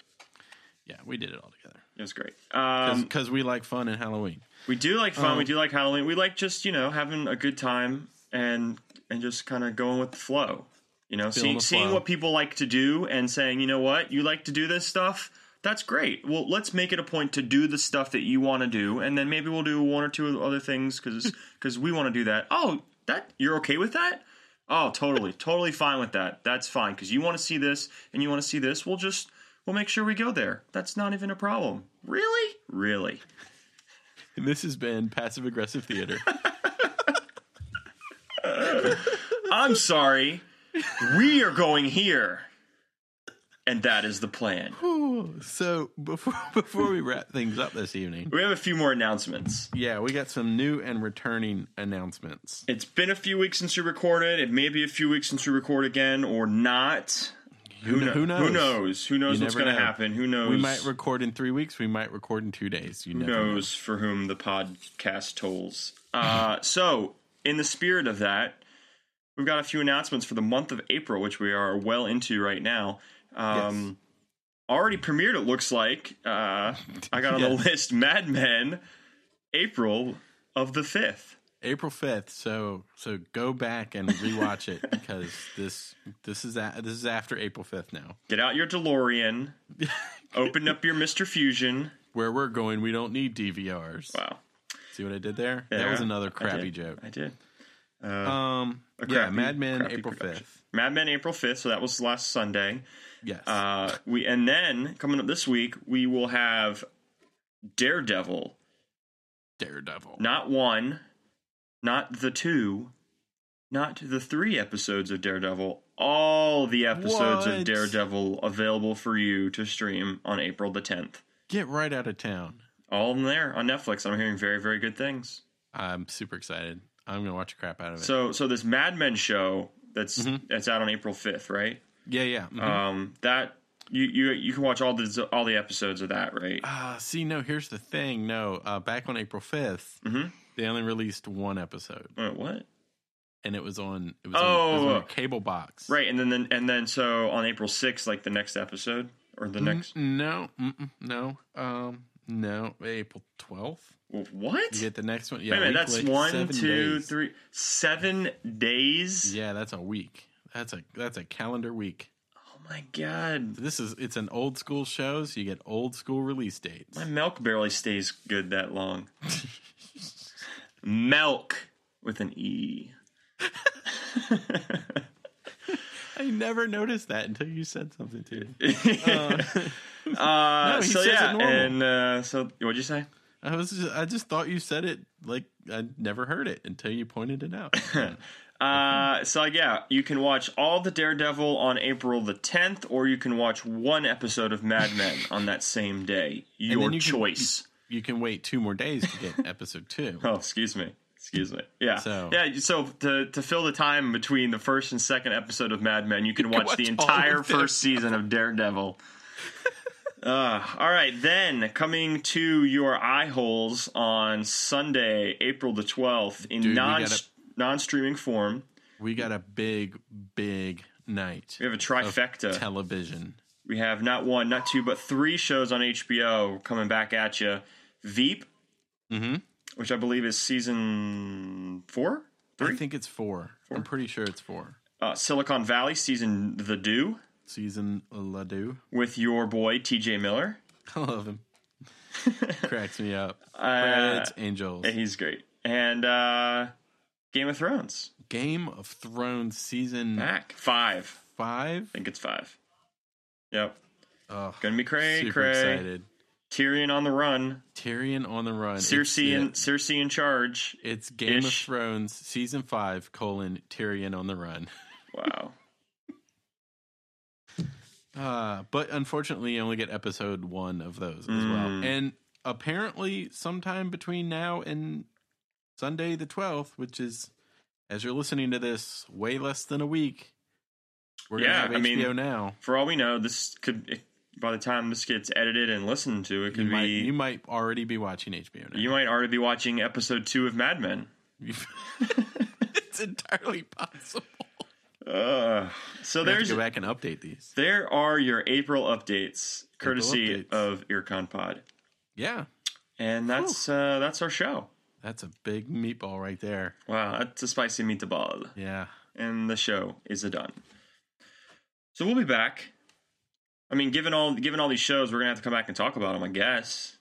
Speaker 1: Yeah, we did it all together
Speaker 2: It was great. Um,
Speaker 1: because we like fun and Halloween.
Speaker 2: we do like fun.
Speaker 1: um,
Speaker 2: we do like Halloween. We like just you know having a good time and and just kind of going with the flow. You know, seeing
Speaker 1: the
Speaker 2: seeing
Speaker 1: flow.
Speaker 2: what people like to do and saying, you know what, you like to do this stuff. That's great. Well, let's make it a point to do the stuff that you want to do, and then maybe we'll do one or two other things because we want to do that. Oh, that you're okay with that? Oh, totally, totally fine with that. That's fine because you want to see this and you want to see this. We'll just we'll make sure we go there. That's not even a problem. Really, really.
Speaker 1: And this has been passive aggressive theater.
Speaker 2: I'm sorry. We are going here. And that is the plan.
Speaker 1: Ooh, so before before we wrap things up this evening,
Speaker 2: We have a few more announcements.
Speaker 1: yeah, we got some new and returning announcements.
Speaker 2: It's been a few weeks since we recorded. It may be a few weeks since we record again or not. Who,
Speaker 1: kn-
Speaker 2: kno-
Speaker 1: who knows?
Speaker 2: Who knows? Who knows
Speaker 1: You
Speaker 2: what's
Speaker 1: never
Speaker 2: going to
Speaker 1: know.
Speaker 2: happen? Who knows?
Speaker 1: We might record in three weeks. We might record in two days. You
Speaker 2: Who
Speaker 1: never know.
Speaker 2: knows for whom the podcast tolls? Uh, so, in the spirit of that, we've got a few announcements for the month of April, which we are well into right now. Um, Already premiered, it looks like. Uh, I got on
Speaker 1: Yes.
Speaker 2: the list Mad Men, April of the 5th.
Speaker 1: April fifth. So so go back and rewatch it because this this is a, this is after April fifth now.
Speaker 2: Get out your DeLorean, open up your Mr. Fusion.
Speaker 1: Where we're going, we don't need DVRs.
Speaker 2: Wow.
Speaker 1: See what I did there?
Speaker 2: Yeah,
Speaker 1: that was another
Speaker 2: I
Speaker 1: crappy
Speaker 2: did.
Speaker 1: joke.
Speaker 2: I did.
Speaker 1: Um, yeah,
Speaker 2: crappy-
Speaker 1: Mad Men,
Speaker 2: crappy
Speaker 1: April
Speaker 2: production.
Speaker 1: fifth.
Speaker 2: Mad Men, April 5th, so that was last Sunday.
Speaker 1: Yes,
Speaker 2: Uh, we and then coming up this week, we will have Daredevil,
Speaker 1: Daredevil.
Speaker 2: not one, not the two, not the three episodes of Daredevil, all the episodes of
Speaker 1: What?
Speaker 2: Daredevil available for you to stream on April the 10th.
Speaker 1: Get right out of town.
Speaker 2: All of them there on Netflix. I'm hearing very, very good things.
Speaker 1: I'm super excited. I'm gonna watch the crap out of it. Mm-hmm.
Speaker 2: So, so this Mad Men show that's that's out on April 5th, right?
Speaker 1: yeah, yeah. mhm.
Speaker 2: Um, that you you you can watch all the all the episodes of that, right?
Speaker 1: Ah, see, no. Here's the thing. No, uh, back on April 5th
Speaker 2: Mhm.
Speaker 1: they only released one episode,
Speaker 2: Wait, what?
Speaker 1: and it was on it was, on, it was on
Speaker 2: Oh.
Speaker 1: a cable box.
Speaker 2: Right, and then, then and then so on April sixth, like the next episode or
Speaker 1: Mm-hmm.
Speaker 2: the next
Speaker 1: N- no, mm-mm, no, um, no. April twelfth.
Speaker 2: Wh- what?
Speaker 1: You get the next one. Yeah,
Speaker 2: Wait a minute,
Speaker 1: week
Speaker 2: that's
Speaker 1: late,
Speaker 2: one,
Speaker 1: seven
Speaker 2: two,
Speaker 1: days.
Speaker 2: three, seven days.
Speaker 1: Yeah, that's a week. That's a that's a calendar week.
Speaker 2: Oh my god,
Speaker 1: This is it's an old school show, so you get old school release dates.
Speaker 2: my milk barely stays good that long. milk with an e.
Speaker 1: I never noticed that until you said something to me.
Speaker 2: uh,
Speaker 1: he
Speaker 2: so
Speaker 1: says it
Speaker 2: yeah,
Speaker 1: normal.
Speaker 2: and uh, so what'd you say?
Speaker 1: I was just, I just thought you said it like I never heard it until you pointed it out. Mm-hmm.
Speaker 2: Uh, so yeah, you can watch all the Daredevil on April the 10th, or you can watch one episode of Mad Men on that same day.
Speaker 1: then
Speaker 2: Your
Speaker 1: you can-
Speaker 2: choice.
Speaker 1: You can wait two more days to get episode two.
Speaker 2: oh, excuse me, excuse me. Yeah,
Speaker 1: So-
Speaker 2: yeah. So to to fill the time between the first and second episode of Mad Men, you can watch,
Speaker 1: watch
Speaker 2: the
Speaker 1: all
Speaker 2: entire
Speaker 1: of them.
Speaker 2: first season of Daredevil. Uh, all right, then coming to your eye holes on Sunday, April the twelfth, in
Speaker 1: Dude, we
Speaker 2: non
Speaker 1: gotta-
Speaker 2: non streaming form.
Speaker 1: We got a big, big night.
Speaker 2: We have a
Speaker 1: of
Speaker 2: trifecta.
Speaker 1: television.
Speaker 2: We have not one, not two, but three shows on HBO coming back at you. Veep,
Speaker 1: Mm-hmm.
Speaker 2: which I believe is season four,
Speaker 1: I
Speaker 2: three.
Speaker 1: think it's 4 four. I'm pretty sure it's four.
Speaker 2: Uh, Silicon Valley season The Do
Speaker 1: Season Ladue.
Speaker 2: with your boy T.J. Miller.
Speaker 1: I love him. Cracks me up.
Speaker 2: Uh,
Speaker 1: Credits, Angels.
Speaker 2: he's great, and uh, Game of Thrones
Speaker 1: Game of Thrones season
Speaker 2: back five.
Speaker 1: five.
Speaker 2: I think it's five. Yep,
Speaker 1: Ugh,
Speaker 2: gonna be cray
Speaker 1: super
Speaker 2: cray.
Speaker 1: excited.
Speaker 2: Tyrion on the run.
Speaker 1: Tyrion on the run. It's
Speaker 2: Cersei
Speaker 1: it.
Speaker 2: in Cersei in charge.
Speaker 1: It's Game of
Speaker 2: Ish.
Speaker 1: Thrones season five colon Tyrion on the run.
Speaker 2: Wow.
Speaker 1: Uh, but unfortunately, you only get episode one of those as
Speaker 2: Mm.
Speaker 1: well. And apparently, sometime between now and Sunday the twelfth, which is as you're listening to this, way less than a week. We're
Speaker 2: Yeah, I
Speaker 1: gonna have
Speaker 2: mean,
Speaker 1: HBO now.
Speaker 2: For all we know, this could it- by the time this gets edited and listened to, it
Speaker 1: You
Speaker 2: could be
Speaker 1: might you might already be watching HBO now.
Speaker 2: You might already be watching episode two of Mad Men.
Speaker 1: it's entirely possible.
Speaker 2: Uh, so
Speaker 1: There's
Speaker 2: there's
Speaker 1: to go back and update these.
Speaker 2: there are your April updates, courtesy
Speaker 1: updates.
Speaker 2: of Earcon Pod,
Speaker 1: Yeah,
Speaker 2: and that's uh, that's our show.
Speaker 1: that's a big meatball right there.
Speaker 2: Wow, that's a spicy meatball,
Speaker 1: Yeah.
Speaker 2: and the show is a done. So we'll be back. I mean, given all given all these shows, we're gonna have to come back and talk about them. I guess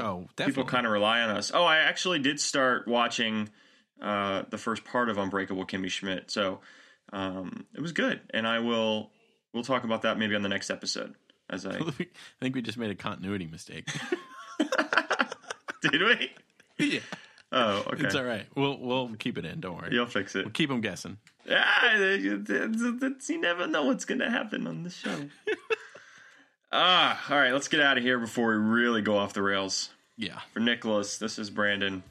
Speaker 1: Oh,
Speaker 2: people
Speaker 1: definitely.
Speaker 2: kind of rely on us. Oh, I actually did start watching uh, the first part of Unbreakable Kimmy Schmidt, so um, it was good, and I will we'll talk about that maybe on the next episode. As I
Speaker 1: I think we just made a continuity mistake.
Speaker 2: did we?
Speaker 1: yeah,
Speaker 2: Oh, okay.
Speaker 1: it's all right. We'll we'll keep it in. Don't worry.
Speaker 2: You'll fix it.
Speaker 1: We'll keep them guessing.
Speaker 2: Ah, it's- it's- it's- you never know what's going to happen on the show. ah, all right. Let's get out of here before we really go off the rails.
Speaker 1: Yeah.
Speaker 2: For Nicholas, this is Brandon.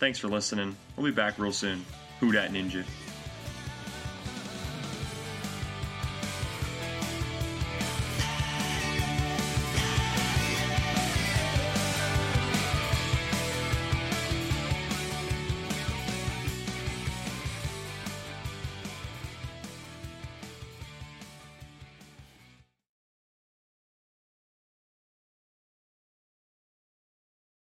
Speaker 2: Thanks for listening. We'll be back real soon. Who dat ninja?